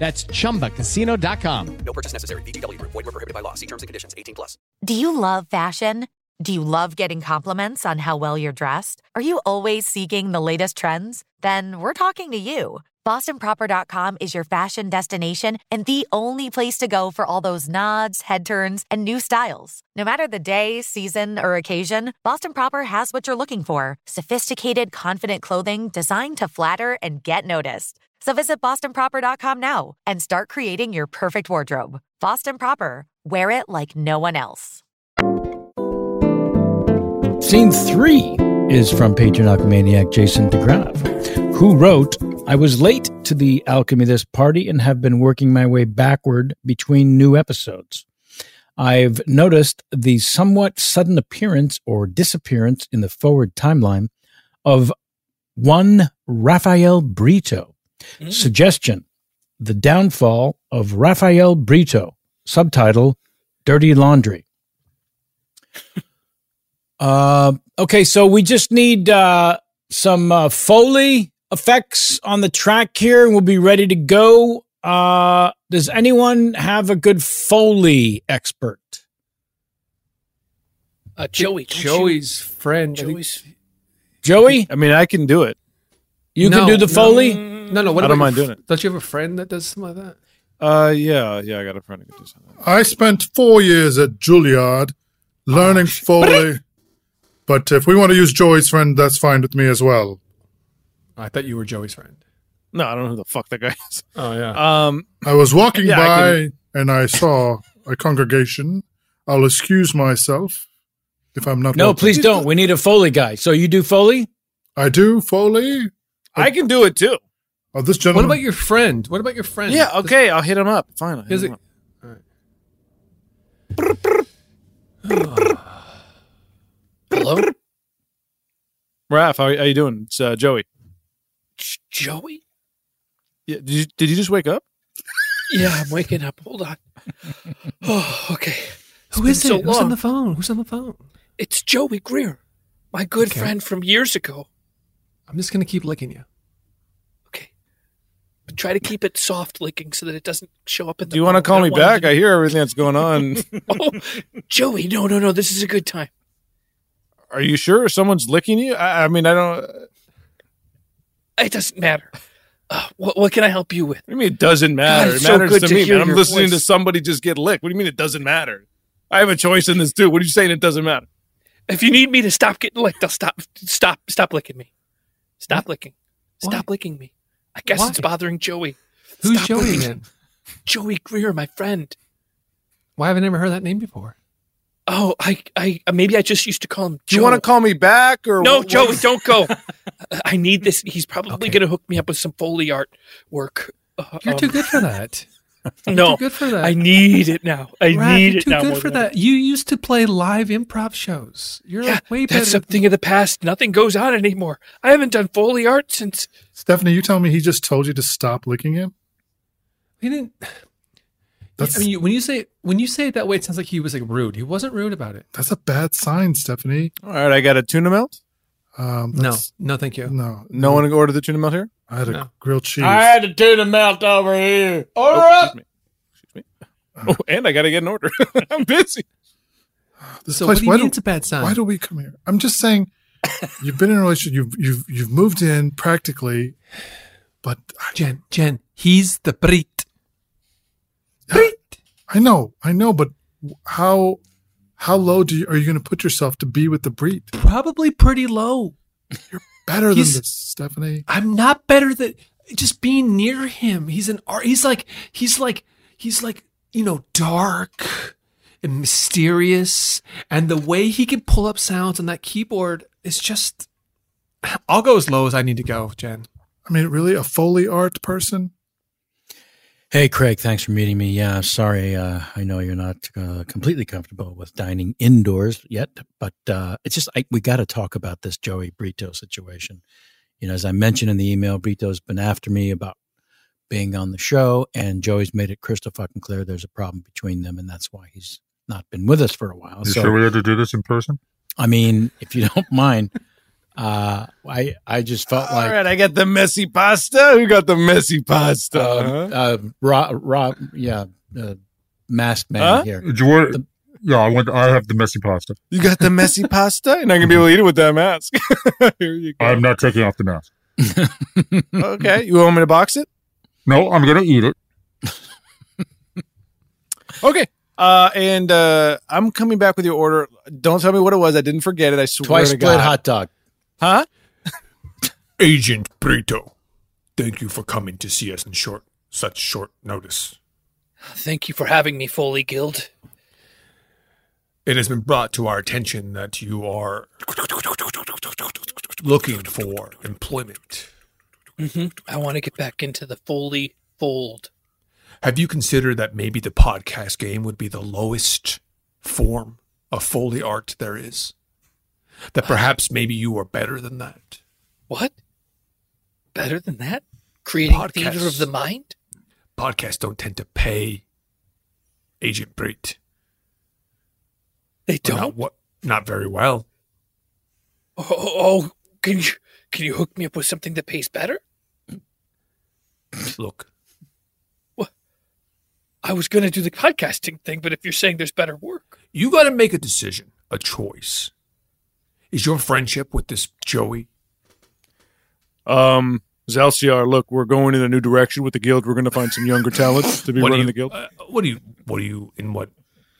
S16: That's chumbacasino.com.
S17: No purchase necessary. VGW Group. Void were prohibited by law. See terms and conditions. 18 plus.
S12: Do you love fashion? Do you love getting compliments on how well you're dressed? Are you always seeking the latest trends? Then we're talking to you. BostonProper.com is your fashion destination and the only place to go for all those nods, head turns, and new styles. No matter the day, season, or occasion, Boston Proper has what you're looking for sophisticated, confident clothing designed to flatter and get noticed. So visit bostonproper.com now and start creating your perfect wardrobe. Boston Proper, wear it like no one else.
S2: Scene three is from Patron Alchemaniac Jason DeGraff, who wrote, I was late to the Alchemy This party and have been working my way backward between new episodes. I've noticed the somewhat sudden appearance or disappearance in the forward timeline of one Rafael Brito. Suggestion The Downfall of Rafael Brito, subtitle Dirty Laundry. Uh, okay, so we just need uh, some uh, Foley effects on the track here, and we'll be ready to go. Uh, does anyone have a good Foley expert?
S18: Uh, Joey. don't you-
S3: Joey's friend.
S18: Joey's.
S2: Joey?
S8: I mean, I can do it.
S2: You
S3: No,
S2: can do the
S3: no,
S2: Foley?
S3: No, no. What
S8: I don't
S3: about
S8: mind
S3: your-
S8: doing it.
S3: Don't you have a friend that does some of that?
S8: Uh, yeah, yeah, I got a friend who can do something.
S4: I spent four years at Juilliard learning Foley. But if we want to use Joey's friend, that's fine with me as well.
S3: I thought you were Joey's friend.
S8: No, I don't know who the fuck that guy is.
S3: Oh yeah.
S8: Um,
S4: I was walking
S8: Yeah, I
S4: by
S8: can-
S4: and I saw a congregation. I'll excuse myself if I'm not.
S2: No,
S4: welcome.
S2: please don't. We need a Foley guy. So you do Foley?
S4: I do Foley.
S8: I can do it too.
S4: Oh, this
S3: What
S4: gentleman.
S3: about your friend? What about your friend?
S8: Yeah, okay, I'll hit him up. Fine. I'll hit
S3: Is
S8: him
S3: it-
S8: up.
S6: Oh,
S3: Hello?
S8: Raph, how, how you doing? It's uh, Joey.
S7: Joey?
S8: Yeah, did you, did you just wake up?
S7: Yeah, I'm waking up. Hold
S3: *laughs*
S7: on. Oh, okay.
S5: Who is it? Who's on the phone? Who's on the phone?
S7: It's Joey Greer, my good
S5: Okay.
S7: friend from years ago.
S5: I'm just gonna keep licking you.
S7: But try to keep it soft licking so that it doesn't show up in the.
S8: Do you want to
S7: mouth.
S8: call
S7: I
S8: me
S7: don't want it
S8: back? I hear everything that's going
S19: *laughs*
S8: on.
S7: *laughs* to- Oh, Joey, no, no, no. This is a good time.
S8: Are you sure someone's licking you? I, I mean, I don't.
S7: It doesn't matter. Uh, what, what can I help you with?
S8: What do you mean it doesn't matter?
S7: God,
S8: it
S7: it's so
S8: matters
S7: good
S8: to,
S7: to
S8: me.
S7: hear
S8: Man. I'm
S7: your
S8: listening to
S7: voice.
S8: somebody just get licked. What do you mean it doesn't matter? I have a choice in this too. What are you saying? It doesn't matter.
S7: If you need me to stop getting licked, I'll stop. Stop. Stop licking me. Stop licking. Stop licking me. I guess it's bothering Joey.
S5: Who's
S7: Stop
S5: Joey
S7: licking-
S5: then?
S7: *laughs* Joey Greer, my friend.
S5: Why have I never heard that name before?
S7: Oh, I, I, maybe I just used to call him.
S5: Do you wanna
S7: Joey.
S8: call me back or
S7: no,
S8: what-
S7: Joey?
S8: what-
S7: Don't
S5: *laughs*
S7: go. Uh, I need this. He's probably going to hook me up with some Foley art work. Uh,
S5: You're too
S7: um,
S5: good
S7: *laughs*
S5: for that. You're
S7: No,
S5: too good for that.
S7: I need it now. I
S5: Raph,
S7: need
S5: you're
S7: it
S5: too
S7: now.
S5: good
S7: more
S5: for
S7: than ever.
S5: that. You used to play live improv shows. You're like way better.
S7: That's something of the past. Nothing goes on anymore. I haven't done Foley art since.
S4: Stephanie, you telling me he just told you to stop licking him?
S5: He didn't. *sighs* I mean, you, when you say when you say it that way, it sounds like he was like rude. He wasn't rude about it.
S4: That's a bad sign, Stephanie.
S8: All right, I got a tuna melt.
S4: Um,
S5: No,
S4: that's-
S5: no, thank you.
S4: No,
S8: No one ordered the tuna melt here.
S4: I had a
S8: No.
S4: grilled cheese.
S19: I had to do the melt over here. All
S8: Oh,
S19: right.
S8: excuse me. Excuse me. Oh, and I got to get an order. *laughs* I'm busy.
S4: This
S5: So
S4: place,
S5: what do you
S4: why
S5: mean it's a bad sign?
S4: Why do we come here? I'm
S8: *laughs*
S4: just saying, you've been in a relationship. You've you've you've moved in practically, but
S5: Jen, Jen, he's the Brit.
S4: I know, I know, but how how low do you are you going to put yourself to be with the breed?
S5: Probably pretty low.
S4: You're better
S5: He's-
S4: than this, Stephanie.
S5: I'm not better than just being near him. He's an art. He's like he's like he's like you know dark and mysterious, and the way he can pull up sounds on that keyboard is just. I'll go as low as I need to go, Jen.
S4: I mean, really, a Foley art person?
S2: Hey, Craig, thanks for meeting me. Yeah, sorry. Uh, I know you're not uh, completely comfortable with dining indoors yet, but uh, it's just I, we got to talk about this Joey Brito situation. You know, as I mentioned in the email, Brito's been after me about being on the show, and Joey's made it crystal fucking clear there's a problem between them, and that's why he's not been with us for a while. *laughs* So-
S6: had to do this in person?
S2: I mean, if you *laughs* don't mind, uh, I I just felt like
S8: All right, I got the messy pasta. Who got the messy pasta?
S2: Uh, uh, raw, raw, yeah, uh, masked man
S8: Huh?
S2: here.
S6: Did you want? yeah, I want. I have the messy pasta.
S8: You got the messy pasta? *laughs* You're not gonna be able to eat it with that mask. Here you go.
S6: I'm not taking off the mask.
S8: *laughs* okay, you want me to box it?
S6: No, I'm gonna eat it.
S8: Okay. Uh, and uh, I'm coming back with your order. Don't tell me what it was. I didn't forget it. I swear to
S2: Twice split
S8: God.
S2: hot dog.
S8: Huh?
S3: Agent Brito, thank you for coming to see us in short such short notice.
S7: Thank you for having me, Foley Guild.
S3: It has been brought to our attention that you are looking for employment. Mm-hmm.
S7: hmm I want to get back into the Foley fold.
S3: Have you considered that maybe the podcast game would be the lowest form of Foley art there is? That perhaps maybe you are better than that?
S7: What? Better than that? Creating theater of
S3: Podcasts.
S7: the mind?
S3: Podcasts don't tend to pay Agent Brit.
S7: They
S3: don't? Not, what, not very well.
S7: Oh, oh, oh, can you can you hook me up with something that pays better?
S3: Look,
S7: I was going to do the podcasting thing, but if you're saying there's better work,
S3: you got to make a decision, a choice. Is your friendship with this Joey?
S8: Um, Zelciar, look, we're going in a new direction with the guild. We're going to find some younger talents to be
S3: What do
S8: running
S3: you-
S8: the guild.
S3: uh, what do you? What do you? In what?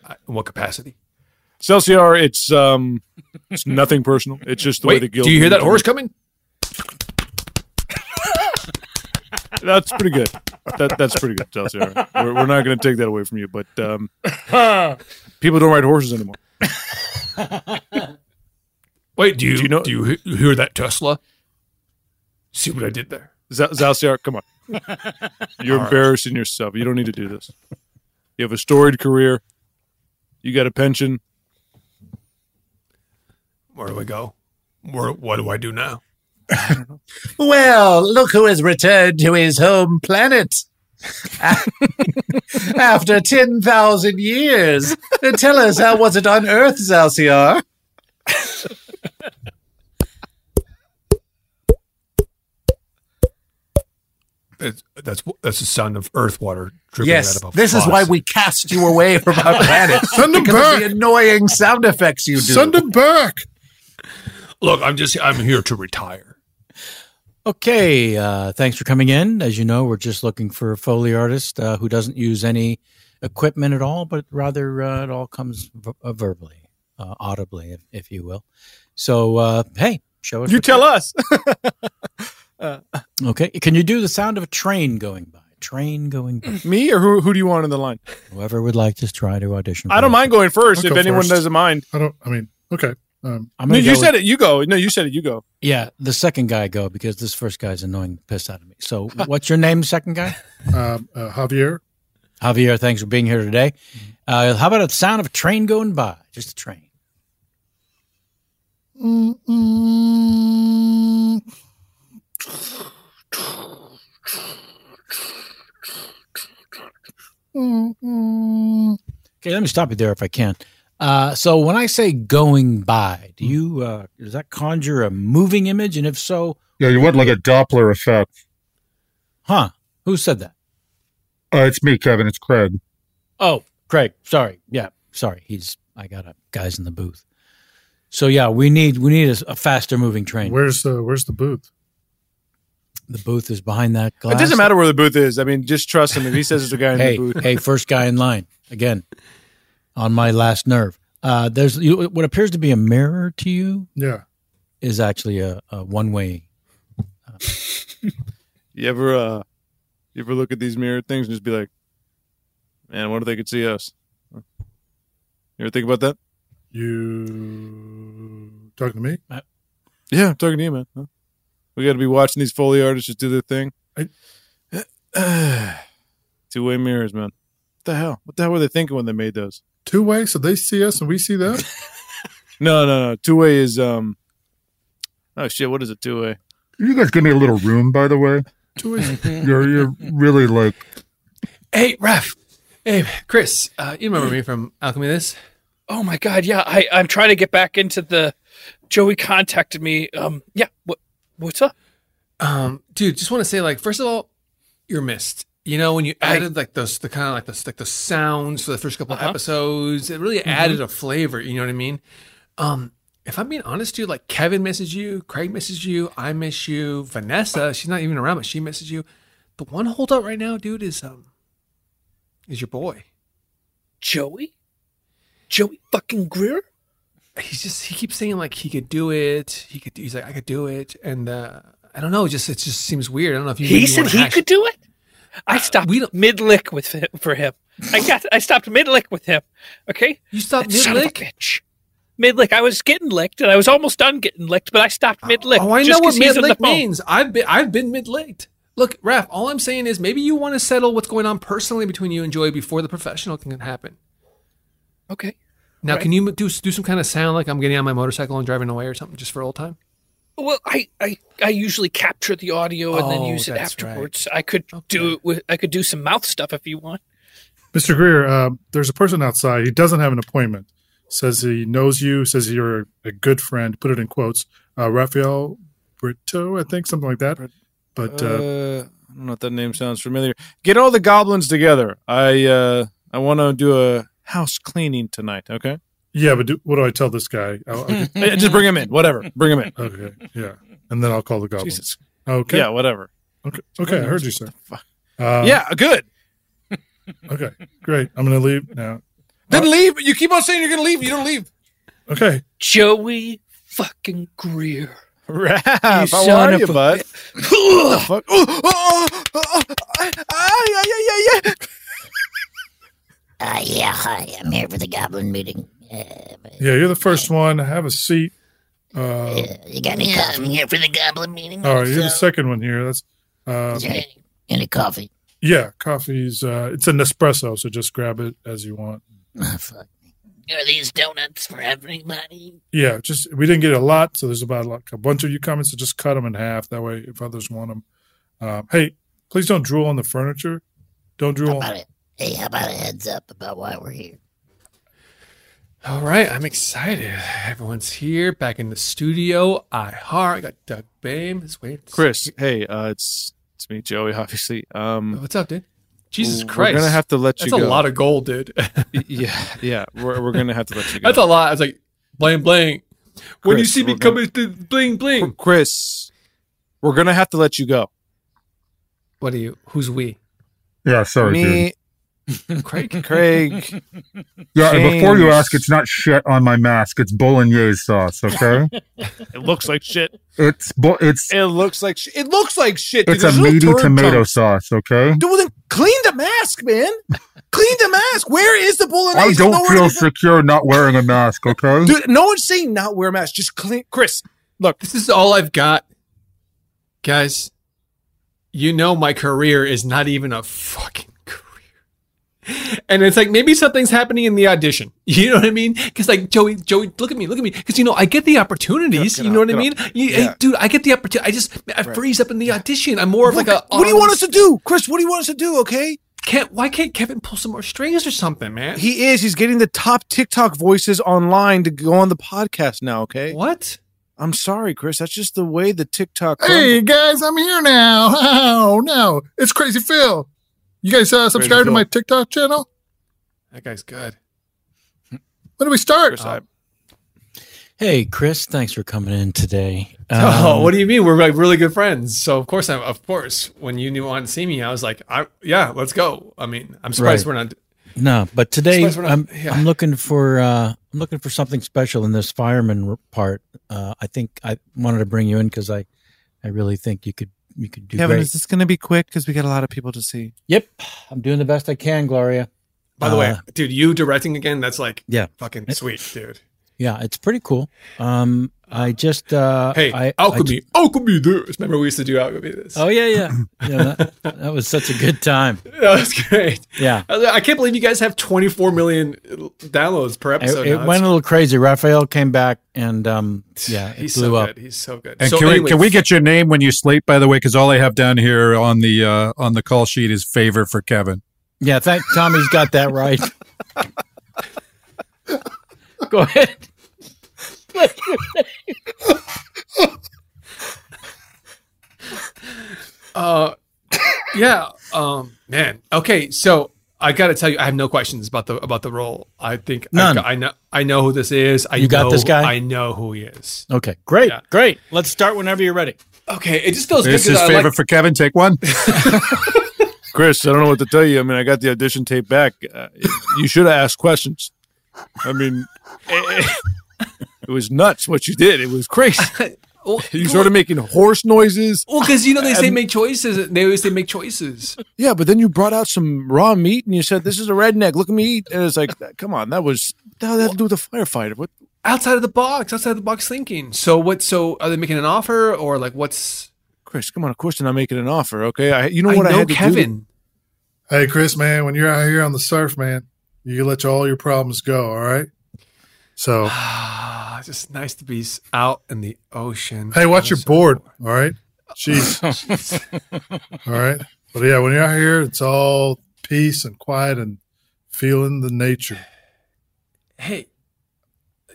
S3: uh, In what capacity?
S8: Celsior, it's um, it's nothing personal. It's just the way
S3: Wait,
S8: the guild.
S3: do you hear that horse coming?
S8: That's pretty good. That that's pretty good, Celsior. We're, we're not going to take that away from you, but
S3: *laughs*
S8: um, people don't ride horses anymore.
S3: Wait, do
S8: Do
S3: you, do
S8: you
S3: you
S8: know-
S3: Do you he- hear that Tesla? See what I did there?
S8: Z- Zalciar, come on. You're
S3: All right.
S8: embarrassing yourself. You don't need to do this. You have a storied career. You got a pension.
S3: Where do we go?
S20: Where, what do I do now?
S6: Well, look who has returned to his home planet. *laughs* After 10,000 years. Tell us, how was it on Earth, Zalciar?
S20: That's that's, that's the sound of earth water dripping
S6: Yes,
S20: out of a
S6: this is
S20: faucet.
S6: why we cast you away from our
S20: *laughs*
S6: planet.
S20: Send 'em
S6: because of
S20: back.
S6: The annoying sound effects you do.
S20: Send 'em
S6: back.
S20: Look, I'm just I'm here to retire.
S2: Okay, uh, thanks for coming in. As you know, we're just looking for a Foley artist uh, who doesn't use any equipment at all, but rather uh, it all comes v- uh, verbally, uh, audibly, if, if you will. So, uh, hey, show us.
S8: You
S2: what
S8: tell us. *laughs*
S2: Okay, can you do the sound of a train going by? Train going by.
S8: Me or who? Who do you want on the line?
S2: Whoever would like to try to audition.
S8: I don't mind going first
S2: I'll
S8: if
S2: go
S8: anyone
S2: first.
S8: doesn't mind.
S4: I don't. I mean, okay. Um,
S2: I'm
S8: no,
S2: gonna
S8: you
S2: go
S8: said
S2: with-
S8: it. You go. No, you said it. You go.
S2: Yeah, the second guy go because this first guy's annoying the piss out of me. So, what's your name, second guy?
S4: Um, *laughs* uh, Javier.
S2: Javier, thanks for being here today. Uh, how about a sound of a train going by? Just a train. Okay, let me stop you there if I can. Uh, so when I say going by,
S21: Hmm.
S2: do you uh, does that conjure a moving image? And if so,
S21: Yeah, you went like a Doppler effect.
S2: huh? Who said that?
S21: Uh, it's me, Kevin. It's Craig.
S2: Oh, Craig, sorry. Yeah, sorry. He's I got a guys in the booth. So yeah, we need we need a, a faster moving train.
S4: Where's the Where's the booth?
S2: The booth is behind that glass.
S8: It doesn't matter where the booth is. I mean, just trust him. If he says it's a guy in
S2: hey,
S8: the booth,
S2: hey, first guy in line again. On my last nerve. Uh, there's you, what appears to be a mirror to you.
S4: Yeah.
S2: is actually a, a one way.
S8: You ever uh you ever look at these mirror things and just be like, Man, what if they could see us? You ever think about that?
S4: You talking to me?
S8: Yeah, I'm talking to you, man. Huh? We gotta be watching these foley artists just do their thing. *sighs* Two way mirrors, man. What the hell? What the hell were they thinking when they made those?
S4: Two way, so they see us and we see them?
S8: *laughs* no, no, no. Two way is um Oh shit, what is a two way?
S21: Can You guys give me a little room, by the way. You're you're really like
S3: Hey, Ref. Hey, Chris. Uh, you remember me from Alchemy? This.
S7: Oh my god, yeah. I I'm trying to get back into the Joey contacted me. Um yeah, what what's up?
S3: Um, dude, just want to say, like, first of all, you're missed. You know, when you added like those, the kind of like the like the sounds for the first couple of episodes, it really
S7: Mhm.
S3: added a flavor. You know what I mean? Um, if I'm being honest, dude, like Kevin misses you, Craig misses you, I miss you, Vanessa. She's not even around, but she misses you. The one holdout right now, dude, is um, is your boy,
S7: Joey. Joey fucking Greer.
S3: He's just he keeps saying like he could do it. He could. He's like I could do it, and uh, I don't know. Just it just seems weird. I don't know if you.
S7: He
S3: you
S7: said
S3: wanna
S7: he
S3: hash- Uh,
S7: could do it. I stopped mid lick with him, for him. I got I stopped mid lick with him. Okay,
S3: you stopped
S7: mid lick. Mid lick. I was getting licked, and I was almost done getting licked, but I stopped mid lick.
S3: Oh, I know what mid late means. I've been I've been mid late. Look, Raf, all I'm saying is maybe you want to settle what's going on personally between you and Joy before the professional can happen.
S7: Okay.
S3: Now,
S7: Right.
S3: can you do do some kind of sound like I'm getting on my motorcycle and driving away or something just for old time?
S7: Well, I, I, I usually capture the audio and then
S3: Oh,
S7: use it
S3: that's right.
S7: afterwards. I could do it with, I could do some mouth stuff if you want.
S4: Mr. Greer, uh, there's a person outside. He doesn't have an appointment. Says he knows you, says you're a good friend, put it in quotes. Uh, Rafael Brito, I think, something like that. But uh,
S8: uh, I don't know if that name sounds familiar. Get all the goblins together. I uh, I want to do a house cleaning tonight. Okay.
S4: yeah, but do, what do I tell this guy?
S8: *laughs*
S4: I'll, I'll get-
S8: Eh, Just bring him in. Whatever. Bring him in.
S4: Okay. Yeah. And then I'll call the goblins.
S8: Jesus.
S4: Okay.
S8: Yeah. Whatever.
S4: Okay. Okay. I heard you, sir. Uh,
S8: yeah.
S22: *laughs*
S8: Good.
S4: Okay. Great. I'm going to leave now.
S6: Then leave. You keep on saying you're going to leave. You don't leave.
S4: Okay.
S7: Joey fucking Greer.
S8: Raph,
S7: You
S8: how
S7: son
S8: are
S7: of
S8: you,
S7: a
S8: bud?
S7: What
S23: Uh, yeah, hi. I'm here for the goblin meeting. Uh,
S4: Yeah, you're the first one. Have a seat. Uh,
S23: you got any yeah, I'm coffee? here for the goblin meeting.
S4: All right, you're the
S23: so-
S4: second one here. That's uh,
S23: Is there any, any coffee? *laughs*
S4: yeah, coffee's uh, it's an espresso, so just grab it as you want.
S23: Oh, fuck me. Are these donuts for everybody?
S22: Yeah, just we didn't get a lot, so there's about like a bunch of you coming, so just cut them in half. That way, if others want them, um, hey, please don't drool on the furniture. Don't drool.
S23: How about it? Hey, how about a heads up about why we're here?
S3: All right, I'm excited. Everyone's here, back in the studio. I heart. I got Doug Bame. It's wait,
S5: Chris, hey, uh, it's it's me, Joey. Obviously, um,
S3: Oh, what's up, dude? Jesus
S5: we're
S3: Christ,
S5: gonna have to let you
S3: That's a
S5: go.
S3: lot of gold, dude. *laughs*
S5: yeah, yeah, we're, we're gonna have to let you go.
S3: That's a lot. It's like bling bling. when you
S5: Chris,
S3: see me
S5: we're gonna-
S3: coming through, bling bling.
S5: Chris, we're gonna have to let you go.
S3: What are you? Who's we?
S6: Yeah, sorry,
S5: me,
S3: *laughs* Craig, *laughs*
S5: Craig.
S6: Yeah, and before you
S5: James.
S6: ask, it's not shit on my mask. It's bolognese sauce.
S5: *laughs*
S3: *laughs*
S6: Okay,
S5: It looks like shit.
S6: it's bo- it's
S5: It looks like sh- it looks like shit. dude.
S6: it's a
S5: There's little
S6: meaty
S5: turd
S6: tomato
S5: chunks.
S6: sauce. Okay,
S5: Dude, well then clean the mask, man. clean the mask. Where is the bolognese?
S6: I don't
S5: Nowhere
S6: feel
S5: to be-
S6: secure not wearing a mask. Okay,
S5: Dude, no one's saying not wear a mask. Just clean. Chris, look.
S3: This is all I've got, guys. You know my career is not even a fucking *laughs* career, and it's like maybe something's happening in the audition. *laughs* You know what I mean? Because like Joey, Joey, look at me, look at me. Because you know I get the opportunities. you know what I mean? You, hey,
S5: Yeah.
S3: dude, I get the opportunity. I just I
S5: Right.
S3: freeze up in the audition. I'm more of like a.
S5: What do you want us to do, Chris? What do you want us to do? Okay.
S3: Can't why can't Kevin pull some more strings or something, man?
S5: He is. He's getting the top TikTok voices online to go on the podcast now. Okay.
S3: What?
S5: I'm sorry, Chris. That's just the way the TikTok.
S4: Hey guys, I'm here now. *laughs* Oh no, it's Crazy Phil. You guys uh, subscribe to
S5: Phil.
S4: my TikTok channel.
S3: That guy's good.
S4: When do we start?
S5: Uh,
S2: Hey, Chris, thanks for coming in today.
S3: *laughs* oh,
S2: Um,
S3: what do you mean? We're like really good friends. So of course, I'm of course. When you knew wanted to see me, I was like, I yeah, let's go. I mean, I'm surprised
S2: Right.
S3: we're not.
S2: No, but today
S3: Surprised we're not-
S2: I'm,
S3: yeah.
S2: I'm looking for uh, I'm looking for something special in this fireman r- part. Uh, I think I wanted to bring you in because I, I really think you could you could do
S5: Kevin,
S2: great.
S5: is this going to be quick? Because we got a lot of people to see.
S2: Yep, I'm doing the best I can, Gloria.
S3: By the way,
S2: Uh,
S3: dude, you directing again? That's like
S2: Yeah.
S3: fucking sweet, dude.
S2: yeah, it's pretty cool. Um, I just uh,
S3: Hey,
S2: I, I
S3: alchemy, alchemy, this. Remember we used to do alchemy this.
S2: just- oh
S3: *laughs*
S2: yeah, yeah, yeah. That, that was such a good time.
S3: that was great.
S2: Yeah.
S3: I I can't believe you guys have 24 million downloads per *laughs*
S2: It,
S3: episode.
S2: it
S3: now. That's-
S2: went a little crazy. Raphael came back and um, yeah, it
S3: He's
S2: blew
S3: so
S2: up.
S3: good. He's so good.
S8: And
S3: so
S8: can,
S3: anyway,
S8: we, can we get your name when you sleep? By the way, because all I have down here on the uh, on the call sheet is favor for Kevin.
S2: Yeah, thank Tommy's got that
S3: *laughs*
S2: right. Go ahead. *laughs*
S3: *laughs* Uh, yeah. Um, man. Okay. So I got to tell you, I have no questions about the about the role. I think I've
S2: None.
S3: got- I know. I know who this is. I
S2: You got
S3: know-
S2: this guy?
S3: I know who he is.
S2: Okay, great, great. Let's start whenever you're ready.
S3: Okay, it just feels
S8: This
S3: good.
S8: is
S3: 'cause I
S8: favor
S3: like,
S8: for Kevin. Take
S3: *laughs*
S8: one.
S5: Chris, I don't know what to tell you. I mean, I got the audition tape back. Uh, you should have asked questions. I mean, it, it was nuts what you did. It was crazy.
S3: *laughs*
S5: you started making horse noises.
S3: well, because you know they say
S5: And-
S3: make choices. They always say make choices.
S5: Yeah, but then you brought out some raw meat and you said, "This is a redneck. Look at me eat." And it's like, come on, that was what the hell did that have to do with a firefighter? What?
S3: Outside of the box, outside of the box thinking. So what? So are they making an offer or like what's?
S5: Chris, come on. Of course, they're not making an offer. Okay, I, you know
S3: I
S5: what I,
S3: know
S5: had to
S3: Kevin.
S5: do.
S4: Hey Chris, man, when you're out here on the surf, man, you can let all your problems go. All right.
S3: *sighs*
S4: So
S3: Ah, it's just nice to be s- out in the ocean.
S4: hey, watch your
S3: Also-
S4: board. All right.
S3: *laughs*
S4: Jeez. all right. But yeah, when you're out here, it's all peace and quiet and feeling the nature.
S3: Hey,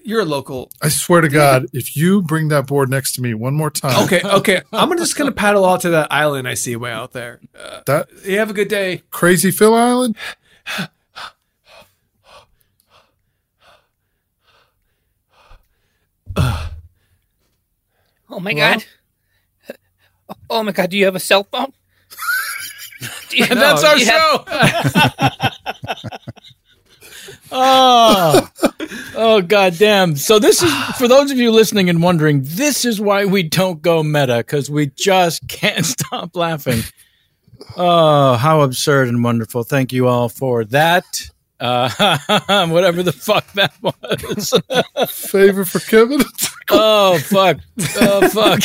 S3: you're a local.
S4: I swear to God, if you bring that board next to me one more time,
S3: Okay, okay. I'm gonna- just gonna paddle out to that island I see way out there. Uh,
S4: That
S3: you have a good day.
S4: crazy Phil Island.
S9: Oh my god. Oh my god, do you have a cell
S2: *laughs*
S9: phone? Do you-
S2: And that's our
S9: do you *laughs* have-
S2: Oh, oh, goddamn! So this is for those of you listening and wondering. This is why we don't go meta because we just can't *laughs* stop laughing. Oh, how absurd and wonderful! Thank you all for that. Uh, *laughs* whatever the fuck that was.
S4: Favor for Kevin.
S2: *laughs* oh fuck! Oh fuck!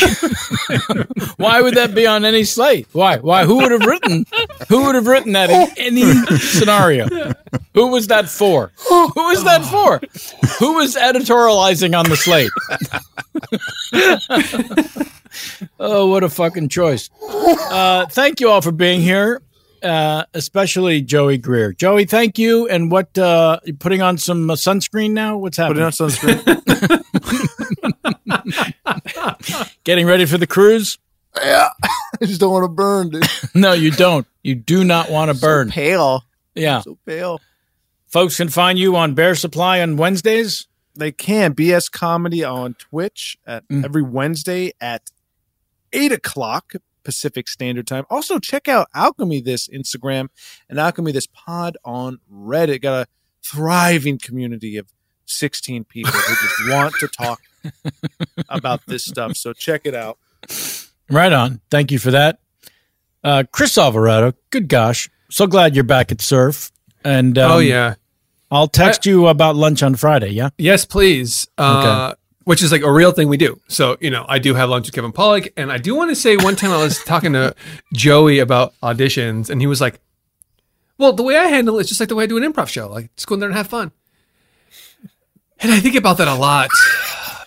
S2: *laughs* Why would that be on
S3: *laughs*
S2: any slate? Why? Why? Who would have written? Who would have written that in any scenario? Who was that for? Who was that for? Who was editorializing on the slate? oh, what a fucking choice. Uh, thank you all for being here, uh, especially Joey Greer. Joey, thank you. And what, uh, you putting on some uh, sunscreen now? What's happening?
S5: on
S2: sunscreen. *laughs* Getting ready for the cruise?
S5: Yeah. *laughs* I just don't want to burn, dude.
S2: *laughs* No, you don't. You do not want to burn.
S5: pale.
S2: Yeah.
S5: So pale.
S2: Folks can find you on Bear Supply on Wednesdays.
S5: They can. BS Comedy on Twitch at
S3: Mm.
S5: every Wednesday at 8 o'clock Pacific Standard Time. Also, check out Alchemy This Instagram and Alchemy This Pod on Reddit. Got a thriving community of 16 people who
S3: *laughs*
S5: just want to talk about this stuff. So check it out.
S2: Right on. Thank you for that. Uh, Chris Alvarado, good gosh. So glad you're back at Surf. And um,
S3: Oh, yeah.
S2: I'll text you about lunch on Friday. Yeah.
S3: Yes, please. Uh, Which is like a real thing we do. So, you know, I do have lunch with Kevin Pollock. And I do want to say one time I was talking to Joey about auditions, and he was like, Well, the way I handle it is just like the way I do an improv show. Like, just go in there and have fun. And I think about that a lot,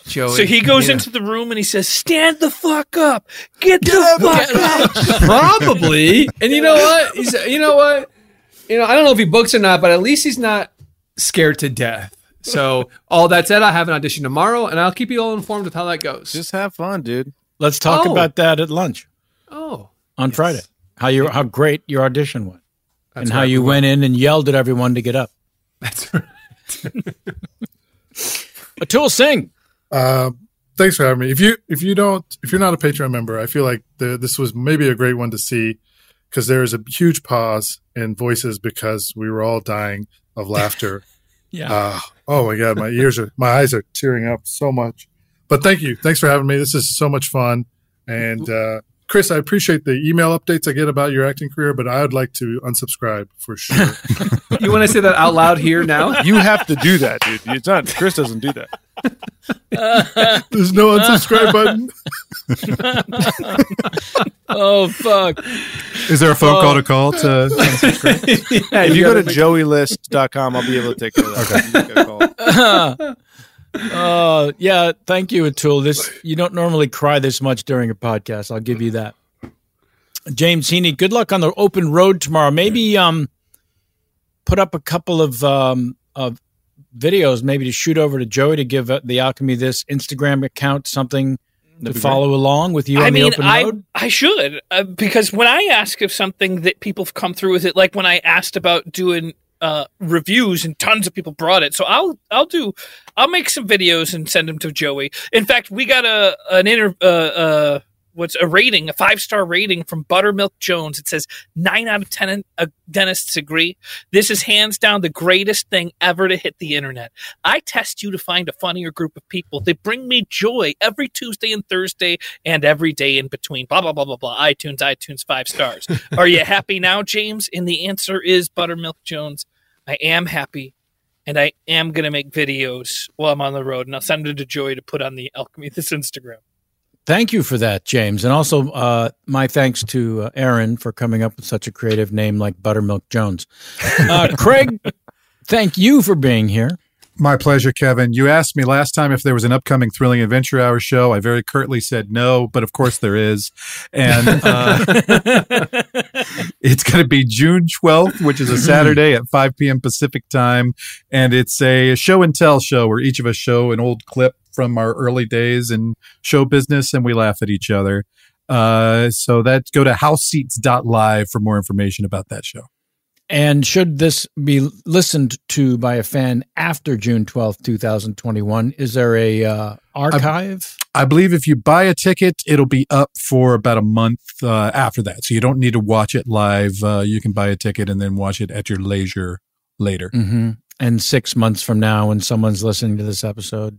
S3: Joey.
S7: So he goes
S3: Yeah.
S7: into the room and he says, "Stand the fuck up, get the fuck up."
S3: Probably. And you know what? He's you know what? You know, I don't know if he books or not, but at least he's not scared to death.
S5: *laughs*
S3: So all that said, I have an audition tomorrow and I'll keep you all informed with how that goes. Just
S5: have fun, dude.
S2: Let's talk
S3: Oh.
S2: about that at lunch
S3: Oh.
S2: on Friday. How you how great your audition was.
S3: That's
S2: and how
S3: right,
S2: you
S3: we
S2: went in and yelled at everyone to get up. Atul Singh.
S4: Uh, thanks for having me. If you if you don't if you're not a Patreon member, I feel like the, this was maybe a great one to see because there is a huge pause in voices because we were all dying of laughter.
S2: *laughs* Yeah.
S4: Uh, oh my god, my ears are my eyes are tearing up so much. But thank you, thanks for having me. This is so much fun. And
S2: Mm-hmm.
S4: uh, Chris, I appreciate the email updates I get about your acting career, but I would like to unsubscribe for sure.
S3: You want to say that out loud here now?
S5: You have to do that, dude. It's not Chris doesn't do that.
S4: There's no
S2: *laughs*
S4: unsubscribe button.
S2: oh fuck. Oh.
S6: Is there a phone
S2: *laughs*
S6: call to call to unsubscribe?
S5: if you go to joeylist.com, *laughs* I'll be able to take care of that.
S2: uh, yeah, thank you, Atul. This you don't normally cry this much during a podcast. I'll give you that. James Heaney, good luck on the open road tomorrow. Maybe um, put up a couple of um, of videos, maybe to shoot over to Joey to give uh, the Alchemy this Instagram account something
S5: That'd
S2: to
S5: be
S2: follow
S5: great.
S2: along with you
S7: I
S2: on
S7: mean,
S2: the open
S7: I
S2: road.
S7: I should uh, because when I ask if something that people have come through with it, like when I asked about doing uh, reviews and tons of people brought it, so I'll I'll do I'll make some videos and send them to Joey. In fact, we got a an inter uh, uh, what's a rating a five star rating from Buttermilk Jones. It says nine out of ten uh, dentists agree. This is hands down the greatest thing ever to hit the internet. I test you to find a funnier group of people. They bring me joy every Tuesday and Thursday and every day in between. Blah, blah, blah, blah, blah. iTunes, iTunes, five stars. Are you happy now, James? And the answer is Buttermilk Jones. I am happy and I am going to make videos while I'm on the road and I'll send it to Joy to put on the Alchemy This Instagram.
S2: Thank you for that, James, and also uh, my thanks to uh, Aaron for coming up with such a creative name like Buttermilk Jones. Uh, Craig, thank you for being here.
S6: My pleasure, Kevin. You asked me last time if there was an upcoming Thrilling Adventure Hour show. I very curtly said no, but of course there is.
S2: *laughs*
S6: And uh, *laughs* it's going to be June 12th, which is a Saturday at 5 p.m. Pacific time. And it's a show and tell show where each of us show an old clip from our early days in show business and we laugh at each other. Uh, so that's go to houseseats.live for more information about that show.
S2: And should this be listened to by a fan after June twelfth, two 2021, is there a uh, archive?
S6: I believe if you buy a ticket, it'll be up for about a month uh, after that. So you don't need to watch it live. Uh, you can buy a ticket and then watch it at your leisure later.
S2: hmm And six months from now, when someone's listening to this episode?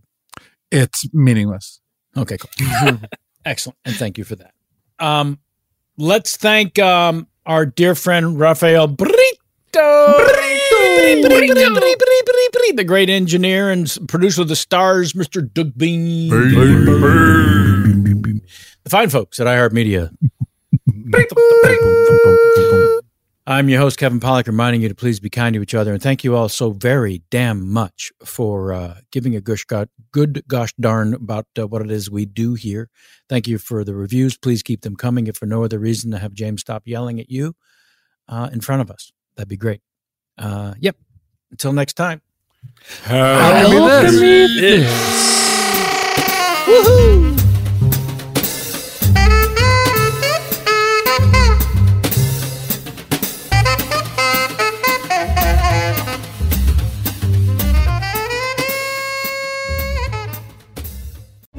S6: It's meaningless.
S2: Okay, cool. *laughs* Excellent. And thank you for that. Um, let's thank um, our dear friend, Rafael Brito. the great engineer and s- producer of the stars, Mr. Doug Bean. The fine folks at iHeartMedia.
S8: I'm your host, Kevin Pollock, reminding you to please be kind to each other. And thank you all so very damn much for uh, giving a gush go- good gosh darn about uh, what it is we do here. Thank you for the reviews. Please keep them coming. If for no other reason, to have James stop yelling at you uh, in front of us, that'd be great. Uh, yep. Until next time.
S2: Alchemy
S8: Woohoo!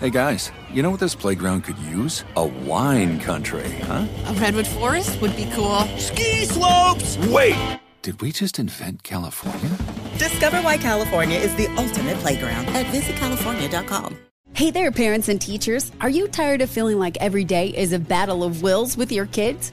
S10: Hey guys, you know what this playground could use? A wine country, huh?
S11: A redwood forest would be cool. Ski
S10: slopes! Wait! Did we just invent California?
S24: Discover why California is the ultimate playground at visitcalifornia.com.
S25: Hey there, parents and teachers. Are you tired of feeling like every day is a battle of wills with your kids?